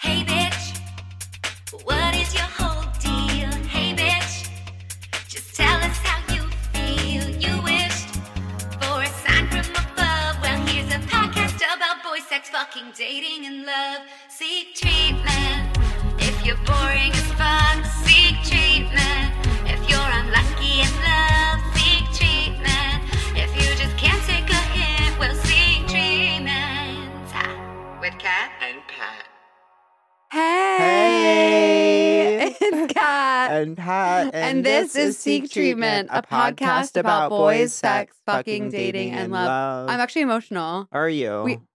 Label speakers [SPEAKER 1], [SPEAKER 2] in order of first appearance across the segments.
[SPEAKER 1] Hey bitch, what is your whole deal? Hey bitch, just tell us how you feel. You wished for a sign from above. Well, here's a podcast about boy sex, fucking, dating, and love. Seek treatment if you're boring as fuck. Seek treatment if you're unlucky in love. Seek treatment if you just can't take a hint. Well, seek treatment Ah, with Cat and Pat.
[SPEAKER 2] Hey, it's Kat.
[SPEAKER 3] and Pat. And,
[SPEAKER 2] And this is Seek Treatment, a podcast about boys, sex, fucking, dating, and love. I'm actually emotional.
[SPEAKER 3] Are you?
[SPEAKER 2] We-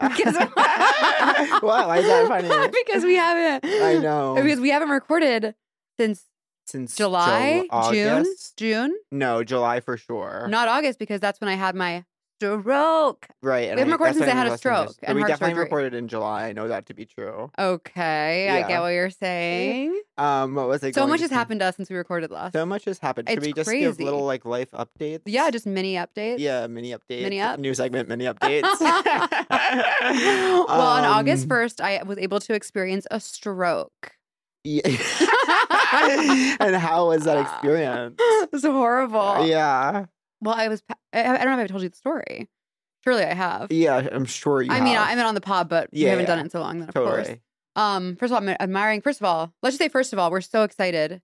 [SPEAKER 2] Because,
[SPEAKER 3] Wow, why is that funny?
[SPEAKER 2] because we haven't.
[SPEAKER 3] I know.
[SPEAKER 2] Because we haven't recorded since
[SPEAKER 3] Since
[SPEAKER 2] July,
[SPEAKER 3] Jul-
[SPEAKER 2] June,
[SPEAKER 3] August?
[SPEAKER 2] June,
[SPEAKER 3] No, July for sure.
[SPEAKER 2] not August, because that's when I had my stroke.
[SPEAKER 3] right. and I-
[SPEAKER 2] haven't recorded
[SPEAKER 3] that's
[SPEAKER 2] since I
[SPEAKER 3] when
[SPEAKER 2] had
[SPEAKER 3] we listened
[SPEAKER 2] a
[SPEAKER 3] to
[SPEAKER 2] stroke
[SPEAKER 3] this.
[SPEAKER 2] and
[SPEAKER 3] we
[SPEAKER 2] heart
[SPEAKER 3] definitely
[SPEAKER 2] surgery.
[SPEAKER 3] recorded in July. I know that to be true.
[SPEAKER 2] Okay, I get
[SPEAKER 3] Yeah.
[SPEAKER 2] what you're saying.
[SPEAKER 3] Um, what was it?
[SPEAKER 2] So much
[SPEAKER 3] has
[SPEAKER 2] has happened to us since we recorded last.
[SPEAKER 3] So much has happened. Should
[SPEAKER 2] It's
[SPEAKER 3] we just give
[SPEAKER 2] crazy.
[SPEAKER 3] little like life updates?
[SPEAKER 2] yeah, just mini updates.
[SPEAKER 3] yeah, mini updates.
[SPEAKER 2] Mini up.
[SPEAKER 3] New segment, mini updates.
[SPEAKER 2] well, on August
[SPEAKER 3] Um,
[SPEAKER 2] 1st, I was able to experience a stroke.
[SPEAKER 3] Yeah. and how was that experience?
[SPEAKER 2] it was horrible.
[SPEAKER 3] Yeah.
[SPEAKER 2] Well, I was, pa- I, I don't know if I've told you the story. Surely I have.
[SPEAKER 3] Yeah, I'm sure you
[SPEAKER 2] I mean,
[SPEAKER 3] have.
[SPEAKER 2] I- I'm on the pod, but we
[SPEAKER 3] Yeah,
[SPEAKER 2] haven't done
[SPEAKER 3] yeah.
[SPEAKER 2] it in so long, then, of
[SPEAKER 3] totally.
[SPEAKER 2] course. Um, first of all, I'm admiring. First of all, let's just say, first of all, we're so excited.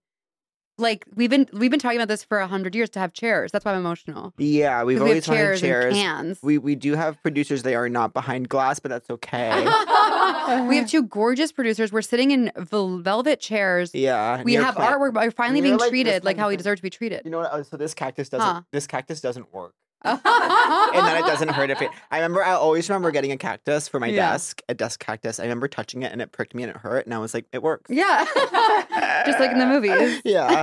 [SPEAKER 2] Like we've been we've been talking about this for a hundred years to have chairs. That's why I'm emotional.
[SPEAKER 3] Yeah, we've
[SPEAKER 2] 'Cause
[SPEAKER 3] always
[SPEAKER 2] we have
[SPEAKER 3] wanted
[SPEAKER 2] chairs,
[SPEAKER 3] chairs.
[SPEAKER 2] and cans.
[SPEAKER 3] We we do have producers. They are not behind glass, but that's okay.
[SPEAKER 2] we have two gorgeous producers. We're sitting in vel- velvet chairs.
[SPEAKER 3] yeah,
[SPEAKER 2] We
[SPEAKER 3] near
[SPEAKER 2] have
[SPEAKER 3] plant-
[SPEAKER 2] artwork. but We're finally
[SPEAKER 3] You're
[SPEAKER 2] being
[SPEAKER 3] like this
[SPEAKER 2] treated like how we
[SPEAKER 3] magnificent-
[SPEAKER 2] deserve to be treated.
[SPEAKER 3] You know what? Oh, So this cactus doesn't.
[SPEAKER 2] Huh.
[SPEAKER 3] This cactus doesn't work.
[SPEAKER 2] and
[SPEAKER 3] And then it doesn't hurt if it. I remember. I always remember getting a cactus for my
[SPEAKER 2] Yeah.
[SPEAKER 3] desk, a desk cactus. I remember touching it and it pricked me and it hurt, and I was like, it works.
[SPEAKER 2] Yeah. Just like in the movies.
[SPEAKER 3] Yeah.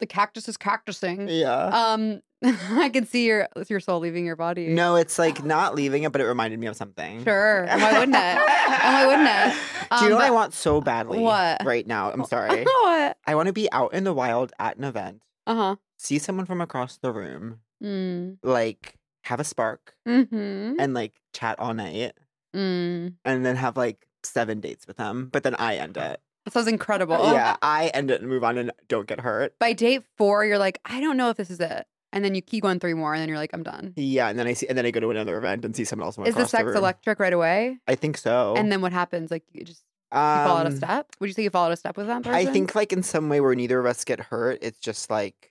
[SPEAKER 2] the cactus is cactusing.
[SPEAKER 3] Yeah.
[SPEAKER 2] Um, I can see your your soul leaving your body.
[SPEAKER 3] no, it's like not leaving it, but it reminded me of something.
[SPEAKER 2] Sure. Oh And Why wouldn't it? And why wouldn't it?
[SPEAKER 3] Do you know what I
[SPEAKER 2] but-
[SPEAKER 3] want so badly?
[SPEAKER 2] What?
[SPEAKER 3] Right now. I'm sorry.
[SPEAKER 2] what?
[SPEAKER 3] I want to be out in the wild at an event,
[SPEAKER 2] Uh huh.
[SPEAKER 3] see someone from across the room,
[SPEAKER 2] Mm.
[SPEAKER 3] like have a spark
[SPEAKER 2] Mm-hmm.
[SPEAKER 3] and like chat all night
[SPEAKER 2] Mm.
[SPEAKER 3] and then have like seven dates with them. But then I end it.
[SPEAKER 2] That sounds incredible.
[SPEAKER 3] Yeah, I end it and move on and don't get hurt.
[SPEAKER 2] By date four, you're like, I don't know if this is it, and then you keep going three more, and then you're like, I'm done.
[SPEAKER 3] Yeah, and then I see, and then I go to another event and see someone else. From
[SPEAKER 2] Is the
[SPEAKER 3] across
[SPEAKER 2] sex
[SPEAKER 3] room.
[SPEAKER 2] electric right away?
[SPEAKER 3] I think so.
[SPEAKER 2] And then what happens? Like you just
[SPEAKER 3] um,
[SPEAKER 2] you fall out of step. Would you say you fall out of step with that person?
[SPEAKER 3] I think like in some way where neither of us get hurt. It's just like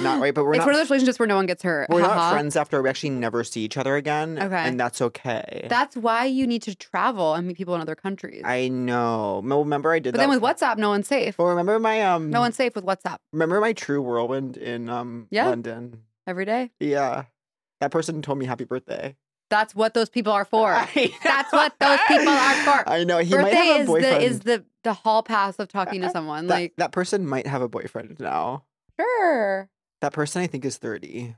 [SPEAKER 3] not right, but we're
[SPEAKER 2] it's
[SPEAKER 3] not.
[SPEAKER 2] one of those relationships where no one gets hurt.
[SPEAKER 3] we're not
[SPEAKER 2] Haha.
[SPEAKER 3] friends after we actually never see each other again.
[SPEAKER 2] Okay.
[SPEAKER 3] and that's okay.
[SPEAKER 2] That's why you need to travel and meet people in other countries.
[SPEAKER 3] I know. Mo- Remember I did
[SPEAKER 2] but
[SPEAKER 3] that.
[SPEAKER 2] then with WhatsApp, no one's safe.
[SPEAKER 3] Well, remember my um.
[SPEAKER 2] No one's safe with WhatsApp
[SPEAKER 3] Remember my true whirlwind in um
[SPEAKER 2] Yeah.
[SPEAKER 3] London.
[SPEAKER 2] every day.
[SPEAKER 3] Yeah. That person told me happy birthday.
[SPEAKER 2] That's what those people are for.
[SPEAKER 3] I
[SPEAKER 2] That's what those people are for.
[SPEAKER 3] I know. He might
[SPEAKER 2] Birthday
[SPEAKER 3] have a
[SPEAKER 2] is the
[SPEAKER 3] boyfriend.
[SPEAKER 2] is the the hall pass of talking to someone.
[SPEAKER 3] that,
[SPEAKER 2] like
[SPEAKER 3] that person might have a boyfriend now.
[SPEAKER 2] sure.
[SPEAKER 3] That person I think is 30.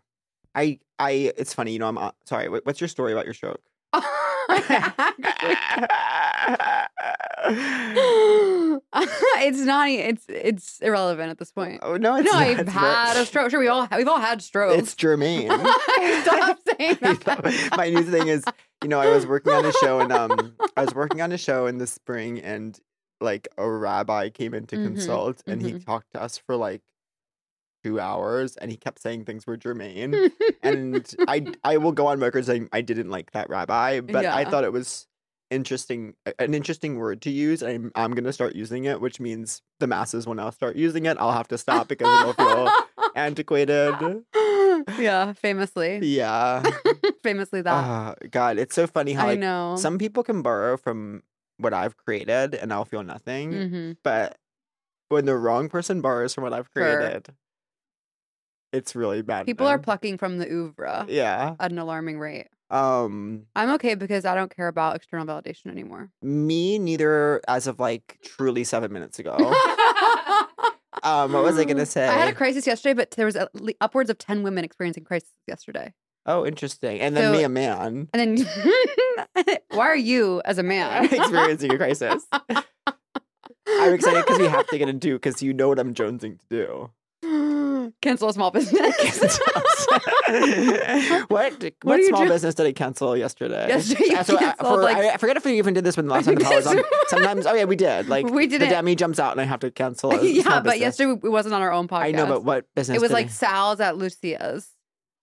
[SPEAKER 3] I I it's funny, you know, I'm uh, sorry. wh- What's your story about your stroke? oh
[SPEAKER 2] it's not. e- It's it's irrelevant at this point.
[SPEAKER 3] no, uh, it's
[SPEAKER 2] no,
[SPEAKER 3] not.
[SPEAKER 2] I've
[SPEAKER 3] It's
[SPEAKER 2] had
[SPEAKER 3] ver-
[SPEAKER 2] a stroke. Sure, we all we've all had strokes.
[SPEAKER 3] It's germane.
[SPEAKER 2] Stop saying that.
[SPEAKER 3] my new thing is, you know, I was working on a show and um, I was working on a show in the spring, and like a rabbi came in to
[SPEAKER 2] Mhm,
[SPEAKER 3] consult, and he
[SPEAKER 2] mhm.
[SPEAKER 3] talked to us for like two hours, and he kept saying things were germane, and I I will go on record saying I didn't like that rabbi, but I
[SPEAKER 2] Yeah.
[SPEAKER 3] thought it was interesting a- an interesting word to use. I'm I'm gonna start using it, which means the masses will now start using it. I'll have to stop because it'll feel antiquated.
[SPEAKER 2] yeah, famously.
[SPEAKER 3] Yeah.
[SPEAKER 2] famously that.
[SPEAKER 3] Ah, God, it's so funny how
[SPEAKER 2] I
[SPEAKER 3] like,
[SPEAKER 2] know.
[SPEAKER 3] some people can borrow from what I've created and I'll feel nothing.
[SPEAKER 2] hmm
[SPEAKER 3] But when the wrong person borrows from what I've
[SPEAKER 2] Sure.
[SPEAKER 3] created, it's really bad.
[SPEAKER 2] People are
[SPEAKER 3] then.
[SPEAKER 2] plucking from the oeuvre
[SPEAKER 3] Yeah.
[SPEAKER 2] at an alarming rate.
[SPEAKER 3] Um
[SPEAKER 2] I'm okay because I don't care about external validation anymore.
[SPEAKER 3] me neither as of like truly seven minutes ago. um, what was I gonna say?
[SPEAKER 2] I had a crisis yesterday, but there was at le- upwards of ten women experiencing crisis yesterday.
[SPEAKER 3] oh, interesting. And then
[SPEAKER 2] So-
[SPEAKER 3] me a man
[SPEAKER 2] And then, why are you as a man?
[SPEAKER 3] experiencing a crisis. I'm excited because we have to get into because you know what I'm jonesing to do.
[SPEAKER 2] cancel a small business.
[SPEAKER 3] what what,
[SPEAKER 2] are you
[SPEAKER 3] small
[SPEAKER 2] do-
[SPEAKER 3] business did I cancel yesterday?
[SPEAKER 2] Yesterday you
[SPEAKER 3] Uh, so I-
[SPEAKER 2] canceled,
[SPEAKER 3] for-
[SPEAKER 2] like-
[SPEAKER 3] I, I forget if we even did this one last time.
[SPEAKER 2] think
[SPEAKER 3] I was
[SPEAKER 2] that's
[SPEAKER 3] on-
[SPEAKER 2] right.
[SPEAKER 3] Sometimes, oh yeah, we did. Like
[SPEAKER 2] We
[SPEAKER 3] The
[SPEAKER 2] didn't-
[SPEAKER 3] dummy jumps out and I have to cancel. a small
[SPEAKER 2] yeah, but
[SPEAKER 3] business.
[SPEAKER 2] yesterday we- it wasn't on our own podcast.
[SPEAKER 3] I know, but what business?
[SPEAKER 2] it was
[SPEAKER 3] did
[SPEAKER 2] like
[SPEAKER 3] I-
[SPEAKER 2] Sal's at Lucia's.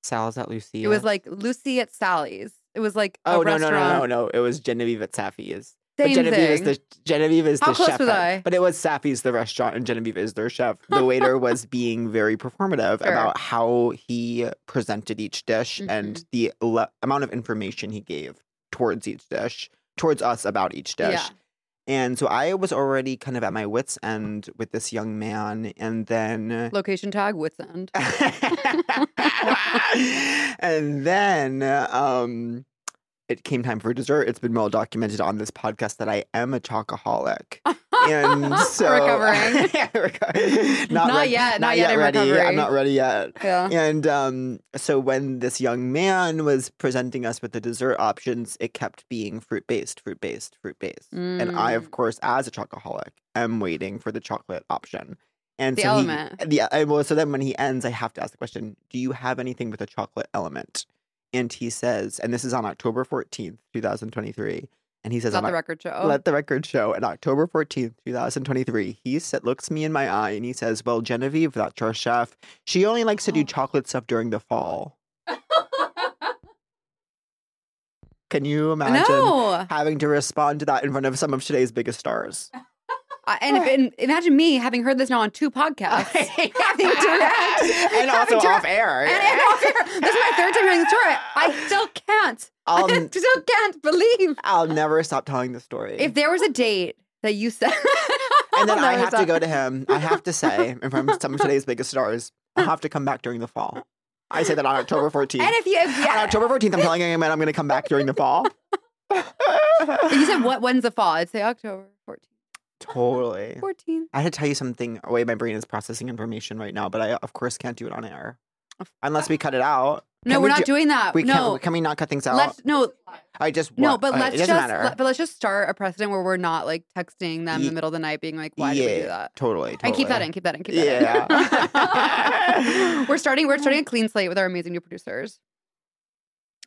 [SPEAKER 3] Sal's at Lucia.
[SPEAKER 2] It was like Lucy at Sally's. It was like a
[SPEAKER 3] Oh no, no
[SPEAKER 2] restaurant.
[SPEAKER 3] no no no! It was Genevieve at Safi's.
[SPEAKER 2] Same
[SPEAKER 3] but Genevieve
[SPEAKER 2] thing.
[SPEAKER 3] is the Genevieve is
[SPEAKER 2] How
[SPEAKER 3] the
[SPEAKER 2] close
[SPEAKER 3] chef.
[SPEAKER 2] was
[SPEAKER 3] at-
[SPEAKER 2] I?
[SPEAKER 3] But it was Safi's the restaurant, and Genevieve is their chef. The waiter was being very performative
[SPEAKER 2] Sure.
[SPEAKER 3] about how he presented each dish
[SPEAKER 2] Mm-hmm.
[SPEAKER 3] and the le- amount of information he gave towards each dish, towards us about each dish.
[SPEAKER 2] Yeah.
[SPEAKER 3] And so I was already kind of at my wits' end with this young man, and then
[SPEAKER 2] Location tag Wits End.
[SPEAKER 3] and then um it came time for dessert. It's been well documented on this podcast that I am a chocoholic. And so
[SPEAKER 2] Recovering.
[SPEAKER 3] Yeah, reco- not,
[SPEAKER 2] Not
[SPEAKER 3] reg- Not,
[SPEAKER 2] yet, not
[SPEAKER 3] yet,
[SPEAKER 2] yet in
[SPEAKER 3] ready. I'm
[SPEAKER 2] recovery.
[SPEAKER 3] not ready yet.
[SPEAKER 2] Yeah.
[SPEAKER 3] And um, so when this young man was presenting us with the dessert options, it kept being fruit based, fruit based, fruit based. And I,
[SPEAKER 2] Mm.
[SPEAKER 3] of course, as a chocoholic, am waiting for the chocolate option. And
[SPEAKER 2] The
[SPEAKER 3] so
[SPEAKER 2] element.
[SPEAKER 3] He, the, I- well, so then when he ends, I have to ask the question: Do you have anything with a chocolate element? And he says, and this is on October fourteenth, two thousand twenty-three. And he says,
[SPEAKER 2] Let
[SPEAKER 3] on
[SPEAKER 2] the
[SPEAKER 3] Oc-
[SPEAKER 2] record show.
[SPEAKER 3] let the record show. On October 14th, 2023, he sa- looks me in my eye and he says, Well, Genevieve, that's our chef. She only likes to
[SPEAKER 2] Oh.
[SPEAKER 3] do chocolate stuff during the fall. Can you imagine
[SPEAKER 2] no.
[SPEAKER 3] having to respond to that in front of some of today's biggest stars?
[SPEAKER 2] I, and, if, and imagine me having heard this now on two podcasts. having direct.
[SPEAKER 3] and
[SPEAKER 2] having
[SPEAKER 3] also
[SPEAKER 2] direct-
[SPEAKER 3] off air.
[SPEAKER 2] And, and off air. This is my third time hearing the story. I still can't. I
[SPEAKER 3] I'll,
[SPEAKER 2] still can't believe.
[SPEAKER 3] I'll never stop telling the story.
[SPEAKER 2] If there was a date that you said.
[SPEAKER 3] and then
[SPEAKER 2] I'll
[SPEAKER 3] I
[SPEAKER 2] never
[SPEAKER 3] have to
[SPEAKER 2] stop.
[SPEAKER 3] go to him. I have to say, in front of some of today's biggest stars, I have to come back during the fall. I say that on October 14th.
[SPEAKER 2] And if you. If,
[SPEAKER 3] On
[SPEAKER 2] yeah.
[SPEAKER 3] October 14th, I'm telling him, man, I'm going to come back during the fall.
[SPEAKER 2] you said, what? when's the fall? I'd say October 14th.
[SPEAKER 3] totally.
[SPEAKER 2] 14th.
[SPEAKER 3] I had to tell you something. The way my brain is processing information right now, but I, of course, can't do it on air. Unless we cut it out.
[SPEAKER 2] No,
[SPEAKER 3] Can
[SPEAKER 2] we're
[SPEAKER 3] we
[SPEAKER 2] not
[SPEAKER 3] do-
[SPEAKER 2] doing that.
[SPEAKER 3] We
[SPEAKER 2] no.
[SPEAKER 3] can't. Can we not cut things out?
[SPEAKER 2] Let's no,
[SPEAKER 3] I just
[SPEAKER 2] no,
[SPEAKER 3] want-
[SPEAKER 2] but
[SPEAKER 3] okay,
[SPEAKER 2] let's
[SPEAKER 3] it
[SPEAKER 2] just
[SPEAKER 3] doesn't matter.
[SPEAKER 2] let- but let's just start a precedent where we're not like texting them in
[SPEAKER 3] Ye-
[SPEAKER 2] the middle of the night, being like, "Why
[SPEAKER 3] yeah,
[SPEAKER 2] did we do that?"
[SPEAKER 3] Totally, totally.
[SPEAKER 2] And keep that in, keep that in, keep that
[SPEAKER 3] Yeah.
[SPEAKER 2] in. we're starting we're starting a clean slate with our amazing new producers.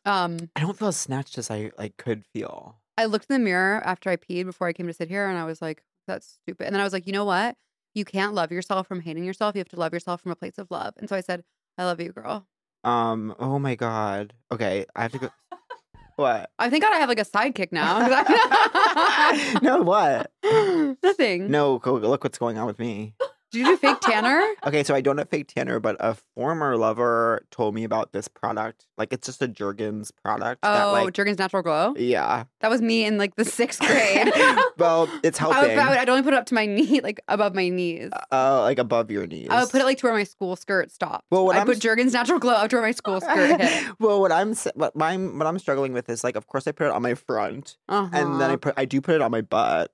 [SPEAKER 2] Um,
[SPEAKER 3] I don't feel as snatched as I like could feel.
[SPEAKER 2] I looked in the mirror after I peed before I came to sit here, and I was like, "That's stupid." And then I was like, "You know what? You can't love yourself from hating yourself. You have to love yourself from a place of love." And so I said, "I love you, girl."
[SPEAKER 3] Um. Oh my god. Okay. I have to go. what?
[SPEAKER 2] I think I have like a sidekick now. 'cause I-
[SPEAKER 3] no. What?
[SPEAKER 2] Nothing.
[SPEAKER 3] No. Go, look what's going on with me.
[SPEAKER 2] Did you do fake Tanner?
[SPEAKER 3] Okay, so I don't have fake tanner, but a former lover told me about this product. Like it's just a Jergens product. that,
[SPEAKER 2] Oh,
[SPEAKER 3] like,
[SPEAKER 2] Jergens Natural Glow.
[SPEAKER 3] yeah.
[SPEAKER 2] That was me in like the sixth grade.
[SPEAKER 3] well, it's
[SPEAKER 2] I would,
[SPEAKER 3] helping.
[SPEAKER 2] I would, I'd only put it up to my knee, like above my knees.
[SPEAKER 3] uh, like above your knees.
[SPEAKER 2] I would put it like to where my school skirt stopped.
[SPEAKER 3] Well, what
[SPEAKER 2] I
[SPEAKER 3] I'm
[SPEAKER 2] put
[SPEAKER 3] s-
[SPEAKER 2] Jergens Natural Glow up to where my school skirt hit.
[SPEAKER 3] well, what I'm s- what my what I'm struggling with is like, of course, I put it on my front,
[SPEAKER 2] Uh-huh.
[SPEAKER 3] and then I put I do put it on my butt,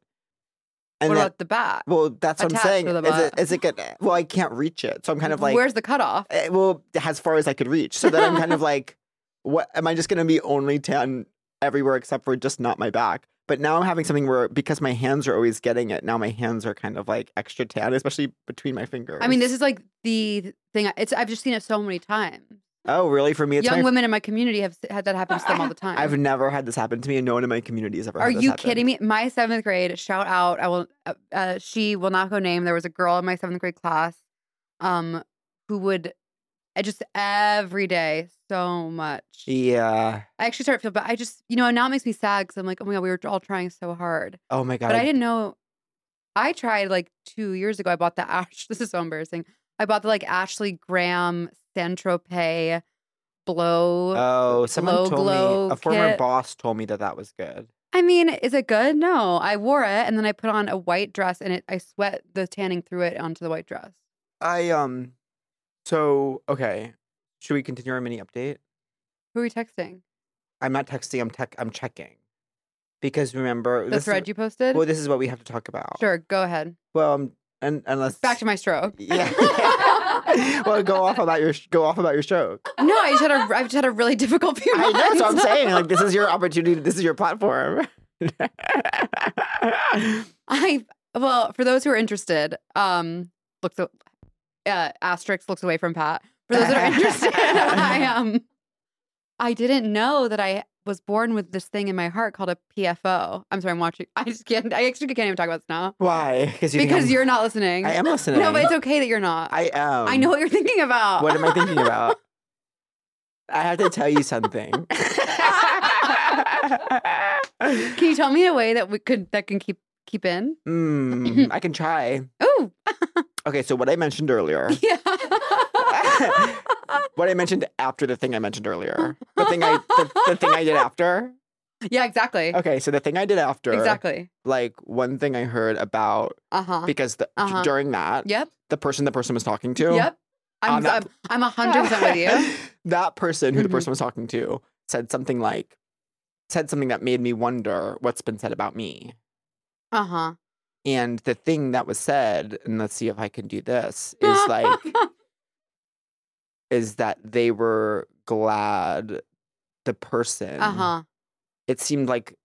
[SPEAKER 3] and
[SPEAKER 2] what
[SPEAKER 3] then
[SPEAKER 2] about the back?
[SPEAKER 3] well, that's what I'm
[SPEAKER 2] Attached
[SPEAKER 3] saying.
[SPEAKER 2] to the
[SPEAKER 3] Is it
[SPEAKER 2] butt?
[SPEAKER 3] is it good? Well, I can't reach it, so I'm kind of like
[SPEAKER 2] where's the cutoff?
[SPEAKER 3] eh, well as far as I could reach. So then I'm kind of like, what am I just gonna be only tan everywhere except for just not my back? But now I'm having something where because my hands are always getting it, now my hands are kind of like extra tan, especially between my fingers.
[SPEAKER 2] I mean, this is like the thing. It's I've just seen it so many times.
[SPEAKER 3] oh really for me it's
[SPEAKER 2] Young
[SPEAKER 3] my,
[SPEAKER 2] women in my community have s- had that happen to them all the time.
[SPEAKER 3] I've never had this happen to me, and no one in my community has ever.
[SPEAKER 2] Are
[SPEAKER 3] had this
[SPEAKER 2] you
[SPEAKER 3] happen.
[SPEAKER 2] kidding me? My seventh grade shout out. I will. Uh, uh, she will not go name. There was a girl in my seventh grade class, um, who would I just every day so much.
[SPEAKER 3] Yeah.
[SPEAKER 2] I actually start to feel bad. I just, you know, now it makes me sad because I'm like, oh my God, we were all trying so hard.
[SPEAKER 3] Oh my god.
[SPEAKER 2] But I didn't know. I tried like two years ago. I bought the Ash. This is so embarrassing. I bought the like Ashley Graham San Tropez blow.
[SPEAKER 3] Oh, someone
[SPEAKER 2] Glow
[SPEAKER 3] told
[SPEAKER 2] Glow
[SPEAKER 3] me a former
[SPEAKER 2] kit.
[SPEAKER 3] boss told me that that was good.
[SPEAKER 2] I mean, is it good? No. I wore it and then I put on a white dress and it I sweat the tanning through it onto the white dress.
[SPEAKER 3] I um so okay. Should we continue our mini update?
[SPEAKER 2] Who are we texting?
[SPEAKER 3] I'm not texting, I'm tech I'm checking. Because remember
[SPEAKER 2] The
[SPEAKER 3] this is-
[SPEAKER 2] thread you posted?
[SPEAKER 3] Well, this is what we have to talk about.
[SPEAKER 2] sure, go ahead.
[SPEAKER 3] Well, um, and unless
[SPEAKER 2] Back to my stroke.
[SPEAKER 3] Yeah. well, go off about your go off about your show.
[SPEAKER 2] No, I just had a I've just had a really difficult few
[SPEAKER 3] I
[SPEAKER 2] months.
[SPEAKER 3] know that's what I'm saying. Like this is your opportunity. This is your platform.
[SPEAKER 2] I well, for those who are interested, um, looks a- uh, asterisk looks away from Pat. For those that are interested, I um, I didn't know that I was born with this thing in my heart called a PFO. I'm sorry, I'm watching. I just can't. I actually can't even talk about this now
[SPEAKER 3] Why? you think
[SPEAKER 2] because
[SPEAKER 3] I'm-
[SPEAKER 2] you're not listening.
[SPEAKER 3] I am listening.
[SPEAKER 2] No, but it's okay that you're not. I,
[SPEAKER 3] I um, am.
[SPEAKER 2] know what you're thinking about.
[SPEAKER 3] What am I thinking about? I have to tell you something.
[SPEAKER 2] Can you tell me in a way that we could that can keep keep in?
[SPEAKER 3] Mm, I can try.
[SPEAKER 2] Oh,
[SPEAKER 3] Okay, so what I mentioned earlier,
[SPEAKER 2] yeah.
[SPEAKER 3] what I mentioned after the thing I mentioned earlier, the thing I, the, the thing I did after.
[SPEAKER 2] yeah, exactly.
[SPEAKER 3] Okay, so the thing I did after,
[SPEAKER 2] Exactly.
[SPEAKER 3] like one thing I heard about
[SPEAKER 2] Uh huh.
[SPEAKER 3] because the,
[SPEAKER 2] Uh-huh.
[SPEAKER 3] during that,
[SPEAKER 2] Yep.
[SPEAKER 3] the person the person was talking to,
[SPEAKER 2] Yep.
[SPEAKER 3] On
[SPEAKER 2] I'm
[SPEAKER 3] that
[SPEAKER 2] I'm I'm a hundred percent with you.
[SPEAKER 3] that person who the
[SPEAKER 2] Mhm.
[SPEAKER 3] person was talking to said something like, said something that made me wonder what's been said about me.
[SPEAKER 2] Uh huh.
[SPEAKER 3] And the thing that was said, and let's see if I can do this, is like, is that they were glad the person.
[SPEAKER 2] Uh huh.
[SPEAKER 3] It seemed like,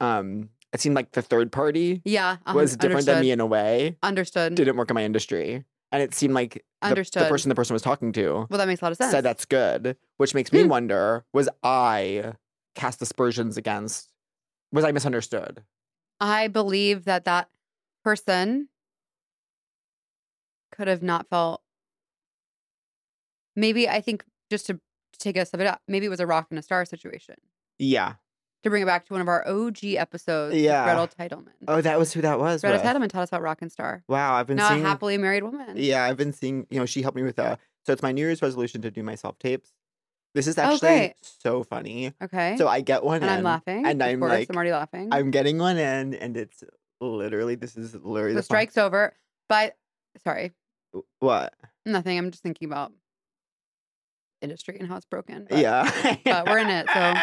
[SPEAKER 3] um, it seemed like the third party
[SPEAKER 2] Yeah. a hun-
[SPEAKER 3] was different
[SPEAKER 2] understood.
[SPEAKER 3] than me in a way.
[SPEAKER 2] Understood.
[SPEAKER 3] Didn't work in my industry, and it seemed like the- the
[SPEAKER 2] Understood.
[SPEAKER 3] person the person was talking to
[SPEAKER 2] well, that makes a lot of sense.
[SPEAKER 3] said that's good, which makes me
[SPEAKER 2] Hmm.
[SPEAKER 3] wonder: was I cast aspersions against? Was I misunderstood?
[SPEAKER 2] I believe that that person could have not felt. Maybe I think just to take us a bit out, maybe it was a rock and a star situation.
[SPEAKER 3] Yeah.
[SPEAKER 2] To bring it back to one of our OG episodes,
[SPEAKER 3] Yeah.
[SPEAKER 2] yeah. Gretel Titelman.
[SPEAKER 3] Oh, that was who that was.
[SPEAKER 2] Gretel
[SPEAKER 3] with.
[SPEAKER 2] Titelman taught us about rock and star.
[SPEAKER 3] Wow, I've been
[SPEAKER 2] Now a
[SPEAKER 3] seeing.
[SPEAKER 2] happily married woman.
[SPEAKER 3] Yeah, I've been seeing. You know, she helped me with a. So it's my New Year's resolution to do my self tapes. This is
[SPEAKER 2] Oh,
[SPEAKER 3] actually
[SPEAKER 2] great.
[SPEAKER 3] so funny.
[SPEAKER 2] Okay.
[SPEAKER 3] So I get one,
[SPEAKER 2] and
[SPEAKER 3] in,
[SPEAKER 2] I'm laughing.
[SPEAKER 3] and
[SPEAKER 2] of
[SPEAKER 3] I'm
[SPEAKER 2] course,
[SPEAKER 3] like,
[SPEAKER 2] I'm already laughing.
[SPEAKER 3] I'm getting one in, and it's literally this is literally
[SPEAKER 2] the
[SPEAKER 3] the fun-
[SPEAKER 2] strike's over. But sorry,
[SPEAKER 3] What?
[SPEAKER 2] nothing. I'm just thinking about industry and how it's broken. But-
[SPEAKER 3] yeah,
[SPEAKER 2] but we're in it, so- But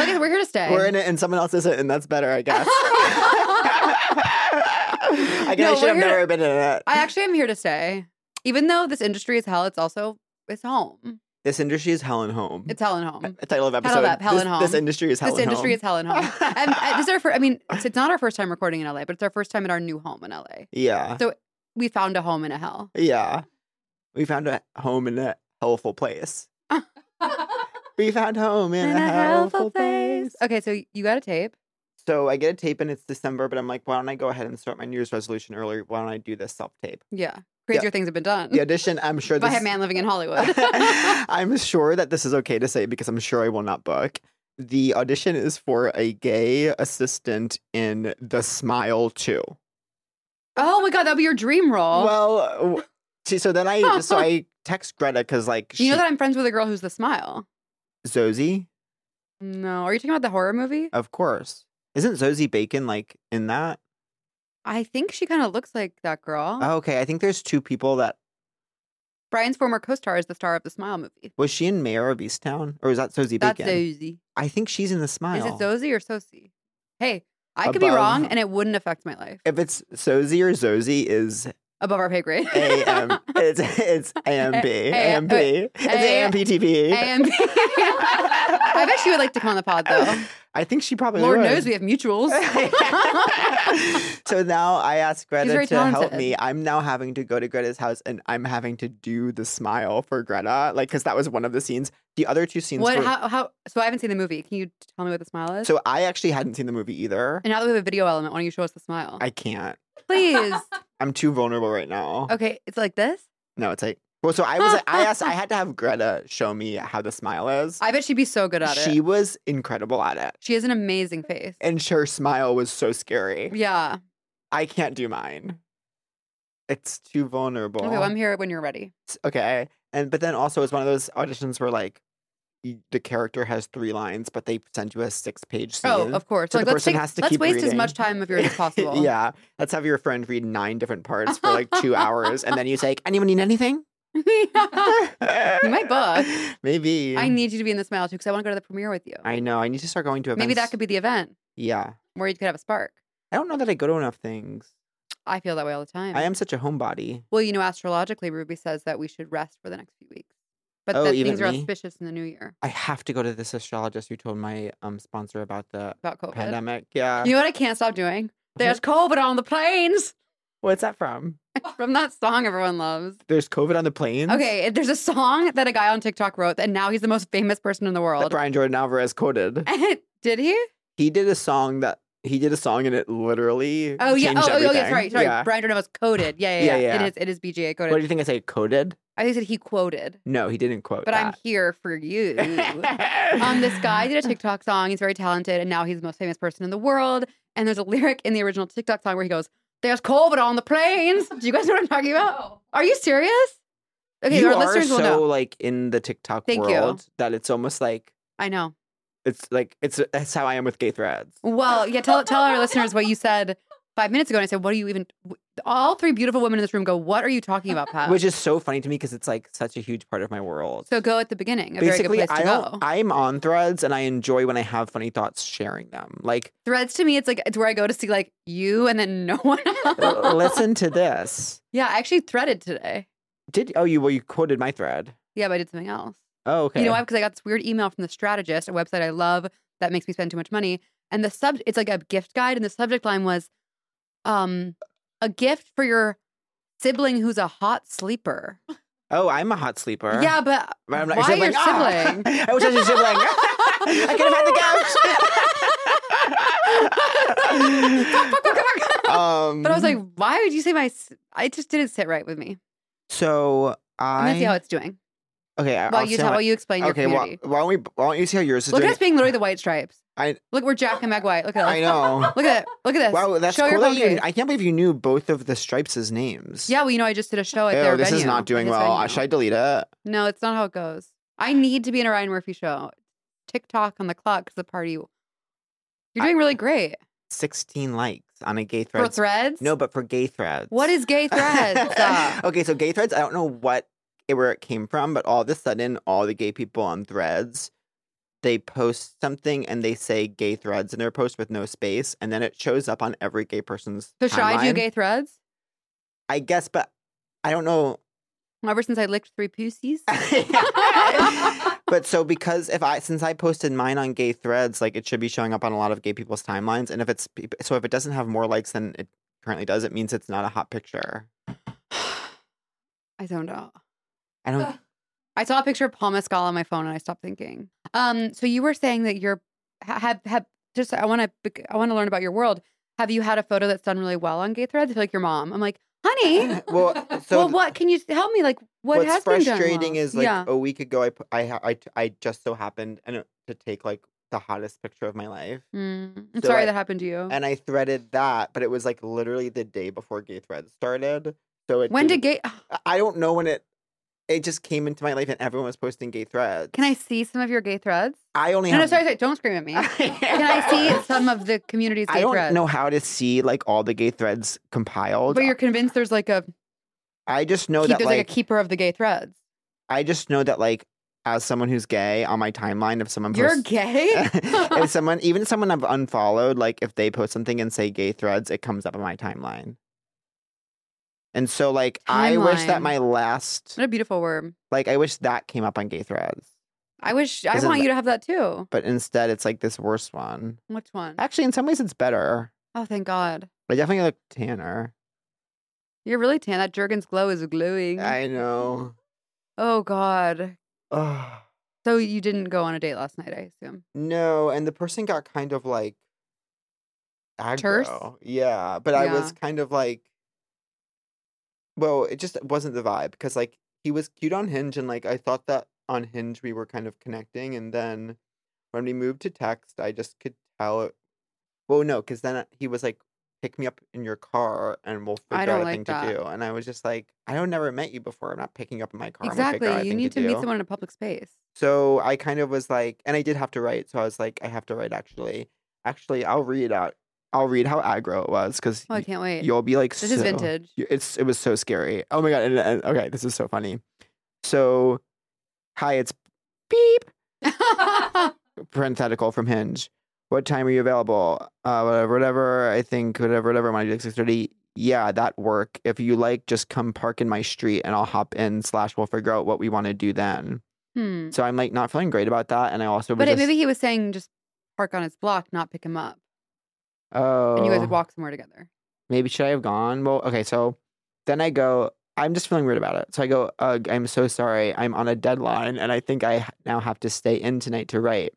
[SPEAKER 2] okay, we're here to stay.
[SPEAKER 3] We're in it, and someone else isn't, and that's better, I guess. I
[SPEAKER 2] No,
[SPEAKER 3] guess I should
[SPEAKER 2] we're
[SPEAKER 3] have
[SPEAKER 2] here to-
[SPEAKER 3] never been in it.
[SPEAKER 2] I actually am here to stay. Even though this industry is hell, it's also it's home.
[SPEAKER 3] this industry is hell and home.
[SPEAKER 2] It's hell and home.
[SPEAKER 3] a title of episode.
[SPEAKER 2] Title of ep- hell
[SPEAKER 3] this,
[SPEAKER 2] and
[SPEAKER 3] This
[SPEAKER 2] home.
[SPEAKER 3] industry is Uh, hell
[SPEAKER 2] this
[SPEAKER 3] and
[SPEAKER 2] industry
[SPEAKER 3] home.
[SPEAKER 2] is hell and home. and uh, this is our first, I mean, it's, it's not our first time recording in LA, but it's our first time at our new home in LA.
[SPEAKER 3] Yeah,
[SPEAKER 2] We found a home in a hell.
[SPEAKER 3] yeah. We found a home in a hellful place. we found home in, a, hellful place.
[SPEAKER 2] Okay, so you got a tape.
[SPEAKER 3] So I get a tape, and it's December, but I'm like, why don't I go ahead and start my New Year's resolution earlier? Why don't I do this self tape?
[SPEAKER 2] Yeah. Crazier things have been done.
[SPEAKER 3] The audition, I'm sure.
[SPEAKER 2] By
[SPEAKER 3] this,
[SPEAKER 2] a man living in Hollywood.
[SPEAKER 3] I'm sure that this is okay to say because I'm sure I will not book. The audition is for a gay assistant in The Smile 2.
[SPEAKER 2] oh my god, that'd be your dream role.
[SPEAKER 3] Well, w- see, so then I so I text Greta because like
[SPEAKER 2] you know that I'm friends with a girl who's the smile.
[SPEAKER 3] Zosie,
[SPEAKER 2] No. Are you talking about the horror movie?
[SPEAKER 3] of course. Isn't Zosie Bacon like in that?
[SPEAKER 2] I think she kind of looks like that girl.
[SPEAKER 3] Oh, okay, I think there's two people that
[SPEAKER 2] Brian's former co-star is the star of the Smile movie.
[SPEAKER 3] was she in Mayor of Easttown or is that Zosie
[SPEAKER 2] That's
[SPEAKER 3] Bacon?
[SPEAKER 2] Zosie.
[SPEAKER 3] I think she's in The
[SPEAKER 2] Is
[SPEAKER 3] Smile.
[SPEAKER 2] it Zosie or Sosie? Hey, I could be
[SPEAKER 3] Above-
[SPEAKER 2] wrong, and it wouldn't affect my life.
[SPEAKER 3] If it's Zosie or Zosie is
[SPEAKER 2] Above our pay grade.
[SPEAKER 3] A M. It's it's AMB.
[SPEAKER 2] A-
[SPEAKER 3] AMB. It's AMPTP.
[SPEAKER 2] AMP. I bet she would like to come on the pod, though.
[SPEAKER 3] I think she probably
[SPEAKER 2] Lord
[SPEAKER 3] would.
[SPEAKER 2] knows we have mutuals.
[SPEAKER 3] so now I asked Greta
[SPEAKER 2] very
[SPEAKER 3] to help
[SPEAKER 2] talented.
[SPEAKER 3] me. I'm now having to go to Greta's house and I'm having to do the smile for Greta, like because that was one of the scenes. The other two scenes.
[SPEAKER 2] what?
[SPEAKER 3] were-
[SPEAKER 2] How, how? So I haven't seen the movie. Can you tell me what the smile is?
[SPEAKER 3] so I actually hadn't seen the movie either.
[SPEAKER 2] and now that we have a video element, why don't you show us the smile,
[SPEAKER 3] I can't.
[SPEAKER 2] please?
[SPEAKER 3] I'm too vulnerable right now.
[SPEAKER 2] Okay, it's like this.
[SPEAKER 3] No, it's like Well, so I was like, I asked, I had to have Greta show me how the smile is.
[SPEAKER 2] I bet she'd be so good at
[SPEAKER 3] she
[SPEAKER 2] it.
[SPEAKER 3] was incredible at it.
[SPEAKER 2] She has an amazing face.
[SPEAKER 3] And her smile was so scary.
[SPEAKER 2] yeah.
[SPEAKER 3] I can't do mine. It's too vulnerable.
[SPEAKER 2] Okay, well, I'm here when you're ready.
[SPEAKER 3] S- okay. And but then also it's one of those auditions where like y- the character has three lines, but they send you a six page scene.
[SPEAKER 2] Oh, of course.
[SPEAKER 3] So
[SPEAKER 2] like
[SPEAKER 3] the
[SPEAKER 2] let's
[SPEAKER 3] person
[SPEAKER 2] take-
[SPEAKER 3] has to
[SPEAKER 2] let's
[SPEAKER 3] keep
[SPEAKER 2] waste as
[SPEAKER 3] reading.
[SPEAKER 2] much time of yours as possible.
[SPEAKER 3] yeah. Let's have your friend read nine different parts for like two hours and then you say, anyone need anything?
[SPEAKER 2] might book.
[SPEAKER 3] Maybe.
[SPEAKER 2] I need you to be in the smile too because I want to go to the premiere with you.
[SPEAKER 3] I know. I need to start going to events.
[SPEAKER 2] Maybe that could be the event
[SPEAKER 3] Yeah.
[SPEAKER 2] where you could have a spark.
[SPEAKER 3] I don't know that I go to enough things.
[SPEAKER 2] I feel that way all the time.
[SPEAKER 3] I am such a homebody.
[SPEAKER 2] Well, you know, astrologically, Ruby says that we should rest for the next few weeks, but
[SPEAKER 3] Oh,
[SPEAKER 2] that
[SPEAKER 3] even
[SPEAKER 2] things are
[SPEAKER 3] me?
[SPEAKER 2] auspicious in the new year
[SPEAKER 3] I have to go to this astrologist who told my um sponsor about the
[SPEAKER 2] about COVID.
[SPEAKER 3] pandemic. Yeah.
[SPEAKER 2] You know what I can't stop doing? There's COVID on the planes
[SPEAKER 3] What's that from?
[SPEAKER 2] from that song everyone loves.
[SPEAKER 3] There's COVID on the planes.
[SPEAKER 2] Okay, there's a song that a guy on TikTok wrote, and now he's the most famous person in the
[SPEAKER 3] That
[SPEAKER 2] world.
[SPEAKER 3] Brian Jordan Alvarez quoted.
[SPEAKER 2] Did he?
[SPEAKER 3] He did a song that he did a song and it literally.
[SPEAKER 2] Oh yeah.
[SPEAKER 3] changed
[SPEAKER 2] Oh, oh, yeah.
[SPEAKER 3] everything.
[SPEAKER 2] That's right. Sorry.
[SPEAKER 3] Yeah.
[SPEAKER 2] Brian Jordan was coded. Yeah, yeah,
[SPEAKER 3] Yeah,
[SPEAKER 2] yeah.
[SPEAKER 3] yeah.
[SPEAKER 2] It is. It is BGA coded.
[SPEAKER 3] What do you think I say? Coded?
[SPEAKER 2] I said he quoted,
[SPEAKER 3] No, he didn't quote.
[SPEAKER 2] but I'm here for you. um, this guy did a TikTok song. He's very talented, and now he's the most famous person in the world. And there's a lyric in the original TikTok song where he goes, "There's COVID on the planes." Do you guys know what I'm talking about? Are you serious? Okay,
[SPEAKER 3] you
[SPEAKER 2] our
[SPEAKER 3] are
[SPEAKER 2] listeners
[SPEAKER 3] so
[SPEAKER 2] will know.
[SPEAKER 3] like in the TikTok
[SPEAKER 2] Thank you.
[SPEAKER 3] world that it's almost like
[SPEAKER 2] I know.
[SPEAKER 3] it's like it's that's how I am with gay threads.
[SPEAKER 2] Well, yeah. Tell tell our listeners what you said five minutes ago, and I said, "What are you even?" All three beautiful women in this room go, "What are you talking about, Pat?"
[SPEAKER 3] which is so funny to me because it's like such a huge part of my world.
[SPEAKER 2] so go at the beginning. A
[SPEAKER 3] basically,
[SPEAKER 2] very good place
[SPEAKER 3] I
[SPEAKER 2] to
[SPEAKER 3] don't.
[SPEAKER 2] go.
[SPEAKER 3] I'm on threads, and I enjoy when I have funny thoughts sharing them. Like,
[SPEAKER 2] Threads to me, it's like it's where I go to see like you and then no one
[SPEAKER 3] l-
[SPEAKER 2] else.
[SPEAKER 3] listen to this.
[SPEAKER 2] yeah, I actually threaded today.
[SPEAKER 3] Did oh you well you quoted my thread.
[SPEAKER 2] Yeah, but I did something else.
[SPEAKER 3] Oh okay.
[SPEAKER 2] You know why? Because I got this weird email from the strategist, a website I love that makes me spend too much money. And the sub it's like a gift guide, and the subject line was um a gift for your sibling who's a hot sleeper.
[SPEAKER 3] oh, I'm a hot sleeper.
[SPEAKER 2] Yeah, but
[SPEAKER 3] But I'm not
[SPEAKER 2] why your
[SPEAKER 3] sibling. Ah!
[SPEAKER 2] sibling?
[SPEAKER 3] I wish I was a sibling. I could have had the couch.
[SPEAKER 2] Fuck, fuck, fuck, fuck.
[SPEAKER 3] um,
[SPEAKER 2] But I was like, why would you say my? s- I just didn't sit right with me.
[SPEAKER 3] so
[SPEAKER 2] I'm
[SPEAKER 3] I.
[SPEAKER 2] gonna see how it's doing.
[SPEAKER 3] okay, I-
[SPEAKER 2] While
[SPEAKER 3] I'll
[SPEAKER 2] you
[SPEAKER 3] see
[SPEAKER 2] tell,
[SPEAKER 3] how
[SPEAKER 2] while you explain your
[SPEAKER 3] okay, well,
[SPEAKER 2] community.
[SPEAKER 3] why don't we? Why don't you see how yours is
[SPEAKER 2] Look at
[SPEAKER 3] doing?
[SPEAKER 2] us being literally the white stripes.
[SPEAKER 3] I-
[SPEAKER 2] look, we're Jack and Meg White. Look at us.
[SPEAKER 3] I know.
[SPEAKER 2] Look at look at this.
[SPEAKER 3] Wow, that's
[SPEAKER 2] show
[SPEAKER 3] cool.
[SPEAKER 2] your
[SPEAKER 3] That
[SPEAKER 2] phone
[SPEAKER 3] you, I can't believe you knew both of the Stripes' names.
[SPEAKER 2] Yeah, well, you know, I just did a show at
[SPEAKER 3] Ew,
[SPEAKER 2] their
[SPEAKER 3] Oh, this is
[SPEAKER 2] venue,
[SPEAKER 3] not doing
[SPEAKER 2] at his
[SPEAKER 3] well. I-
[SPEAKER 2] venue.
[SPEAKER 3] Should I delete it?
[SPEAKER 2] No, it's not how it goes. I need to be in a Ryan Murphy show. TikTok on the clock because the party. You're doing really great
[SPEAKER 3] 16 likes on a gay thread.
[SPEAKER 2] for threads.
[SPEAKER 3] No, but for gay threads.
[SPEAKER 2] what is gay threads? Uh,
[SPEAKER 3] okay, so gay threads, I don't know what it, where it came from, but all of a sudden, all the gay people on threads, they post something and they say gay threads in their post with no space, and then it shows up on every gay person's.
[SPEAKER 2] so should I do
[SPEAKER 3] timeline.
[SPEAKER 2] gay threads?
[SPEAKER 3] I guess, but I don't know.
[SPEAKER 2] Ever since I licked three pussies.
[SPEAKER 3] but so because if I since I posted mine on gay threads, like it should be showing up on a lot of gay people's timelines, and if it's peop- so if it doesn't have more likes than it currently does, it means it's not a hot picture.
[SPEAKER 2] I zoned out.
[SPEAKER 3] I don't.
[SPEAKER 2] I saw a picture of Paul Mescal on my phone, and I stopped thinking. Um, so you were saying that you're ha- have have just I want to I want to learn about your world. Have you had a photo that's done really well on Gay Threads? I feel like your mom. I'm like, honey.
[SPEAKER 3] well, Uh, so
[SPEAKER 2] well, what can you help me? Like, what
[SPEAKER 3] what's
[SPEAKER 2] has been done
[SPEAKER 3] frustrating
[SPEAKER 2] well?
[SPEAKER 3] is like
[SPEAKER 2] yeah.
[SPEAKER 3] a week ago, I pu- I ha- I t- I just so happened and it- to take like the hottest picture of my life,
[SPEAKER 2] Mm, I'm
[SPEAKER 3] oh, so
[SPEAKER 2] sorry
[SPEAKER 3] I-
[SPEAKER 2] that happened to you.
[SPEAKER 3] and I threaded that, but it was like literally the day before gay threads started. So it
[SPEAKER 2] When
[SPEAKER 3] didn't-
[SPEAKER 2] did Gay?
[SPEAKER 3] I- I don't know when it it just came into my life and everyone was posting gay threads.
[SPEAKER 2] Can I see some of your Gay Threads?
[SPEAKER 3] I only
[SPEAKER 2] No,
[SPEAKER 3] have
[SPEAKER 2] no, sorry, sorry. Don't scream at me. Can I see some of the community's
[SPEAKER 3] I
[SPEAKER 2] Gay
[SPEAKER 3] don't
[SPEAKER 2] Threads?
[SPEAKER 3] know how to see like all the gay threads compiled.
[SPEAKER 2] But you're convinced there's like a
[SPEAKER 3] I just know
[SPEAKER 2] keep,
[SPEAKER 3] that
[SPEAKER 2] there's
[SPEAKER 3] like,
[SPEAKER 2] like a keeper of the Gay Threads.
[SPEAKER 3] I just know that like as someone who's gay on my timeline, if someone
[SPEAKER 2] You're
[SPEAKER 3] posts,
[SPEAKER 2] gay.
[SPEAKER 3] if someone even someone I've unfollowed, like if they post something and say gay threads, it comes up on my timeline. And so like I wish that
[SPEAKER 2] Timeline.
[SPEAKER 3] my last
[SPEAKER 2] What a beautiful word.
[SPEAKER 3] like I wish that came up on gay threads.
[SPEAKER 2] I wish I
[SPEAKER 3] Isn't
[SPEAKER 2] want
[SPEAKER 3] that-
[SPEAKER 2] you to have that too.
[SPEAKER 3] But instead it's like this worse one.
[SPEAKER 2] Which one?
[SPEAKER 3] Actually in some ways it's better.
[SPEAKER 2] Oh, thank God.
[SPEAKER 3] I definitely look tanner.
[SPEAKER 2] You're really tan. That Jergens glow is gluing.
[SPEAKER 3] I know.
[SPEAKER 2] Oh God.
[SPEAKER 4] Ah.
[SPEAKER 3] Ugh.
[SPEAKER 2] So you didn't go on a date last night, I assume.
[SPEAKER 3] No, and the person got kind of like
[SPEAKER 2] Terse?
[SPEAKER 3] aggro. Yeah, but I was
[SPEAKER 2] Yeah.
[SPEAKER 3] kind of like, well, it just wasn't the vibe because like he was cute on Hinge, and like I thought that on Hinge we were kind of connecting, and then when we moved to text, I just could tell. It, well, no, because then uh, he was like, "Pick me up in your car, and we'll
[SPEAKER 2] I
[SPEAKER 3] figure out
[SPEAKER 2] don't
[SPEAKER 3] a
[SPEAKER 2] like
[SPEAKER 3] thing
[SPEAKER 2] that.
[SPEAKER 3] to do." And I was just like, "I don't never met you before. I'm not picking you up in my car. I'm gonna figure
[SPEAKER 2] exactly.
[SPEAKER 3] out a
[SPEAKER 2] You
[SPEAKER 3] thing
[SPEAKER 2] need to meet
[SPEAKER 3] do."
[SPEAKER 2] someone in a public space.
[SPEAKER 3] So I kind of was like, and I did have to write. So I was like, I have to write actually. Actually, I'll read out. I'll read how aggro it was because
[SPEAKER 2] Oh, I can't wait.
[SPEAKER 3] you'll be like,
[SPEAKER 2] This is
[SPEAKER 3] so-
[SPEAKER 2] vintage.
[SPEAKER 3] y- It's it was so scary. Oh my god! And, and- okay, this is so funny. So, hi, it's beep parenthetical from Hinge. What time are you available? Uh, whatever, whatever. I think whatever, whatever. Monday like six thirty. Yeah, that work. If you like, just come park in my street and I'll hop in. Slash, we'll figure out what we want to do then.
[SPEAKER 2] hmm.
[SPEAKER 3] So I'm like not feeling great about that, and I also was
[SPEAKER 2] But it,
[SPEAKER 3] just,
[SPEAKER 2] maybe he was saying just park on his block, not pick him up,
[SPEAKER 3] oh,
[SPEAKER 2] and you guys would walk somewhere together.
[SPEAKER 3] Maybe should I have gone? Well, okay, so then I go. I'm just feeling weird about it. So I go, Ugh, I'm so sorry. I'm on a deadline, and I think I h- now have to stay in tonight to write.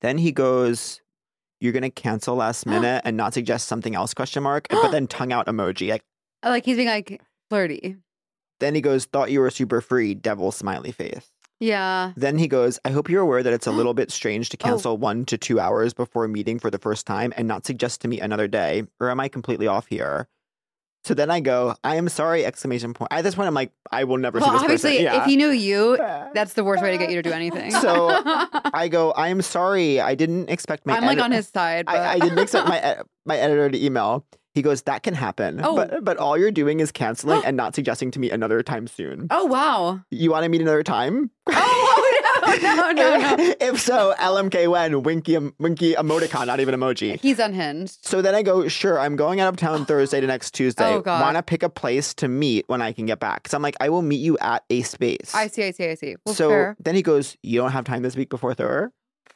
[SPEAKER 3] Then he goes, "You're gonna cancel last minute and not suggest something else?" Question mark. But then tongue out emoji. Like
[SPEAKER 2] Uh, Like he's being like flirty.
[SPEAKER 3] then he goes, "Thought you were super free." Devil smiley face.
[SPEAKER 2] Yeah.
[SPEAKER 3] Then he goes, I hope you're aware that it's a little bit strange
[SPEAKER 2] Oh.
[SPEAKER 3] to cancel one to two hours before a meeting for the first time and not suggest to meet another day, or am I completely off here? So then I go, I am sorry, exclamation point. At this point, I'm like, I will never
[SPEAKER 2] Well,
[SPEAKER 3] see this
[SPEAKER 2] obviously,
[SPEAKER 3] person. Yeah.
[SPEAKER 2] if he knew you, that's the worst way to get you to do anything.
[SPEAKER 3] So,
[SPEAKER 2] I'm
[SPEAKER 3] I go, I am sorry, I didn't expect my
[SPEAKER 2] like
[SPEAKER 3] edit-
[SPEAKER 2] on his side. But...
[SPEAKER 3] I, I didn't expect my e- my editor to email. He goes, that can happen,
[SPEAKER 2] Oh.
[SPEAKER 3] but but all you're doing is canceling and not suggesting to meet another time soon.
[SPEAKER 2] Oh wow.
[SPEAKER 3] You want to meet another time?
[SPEAKER 2] Oh no no no no.
[SPEAKER 3] if so, LMK when winky em- winky emoticon, not even emoji.
[SPEAKER 2] He's unhinged.
[SPEAKER 3] So then I go, sure, I'm going out of town Thursday to next Tuesday.
[SPEAKER 2] Oh, God.
[SPEAKER 3] Want to pick a place to meet when I can get back? Because I'm like, I will meet you at a space.
[SPEAKER 2] I see. I see. I see. Well,
[SPEAKER 3] so
[SPEAKER 2] fair.
[SPEAKER 3] then he goes, you don't have time this week before Thor.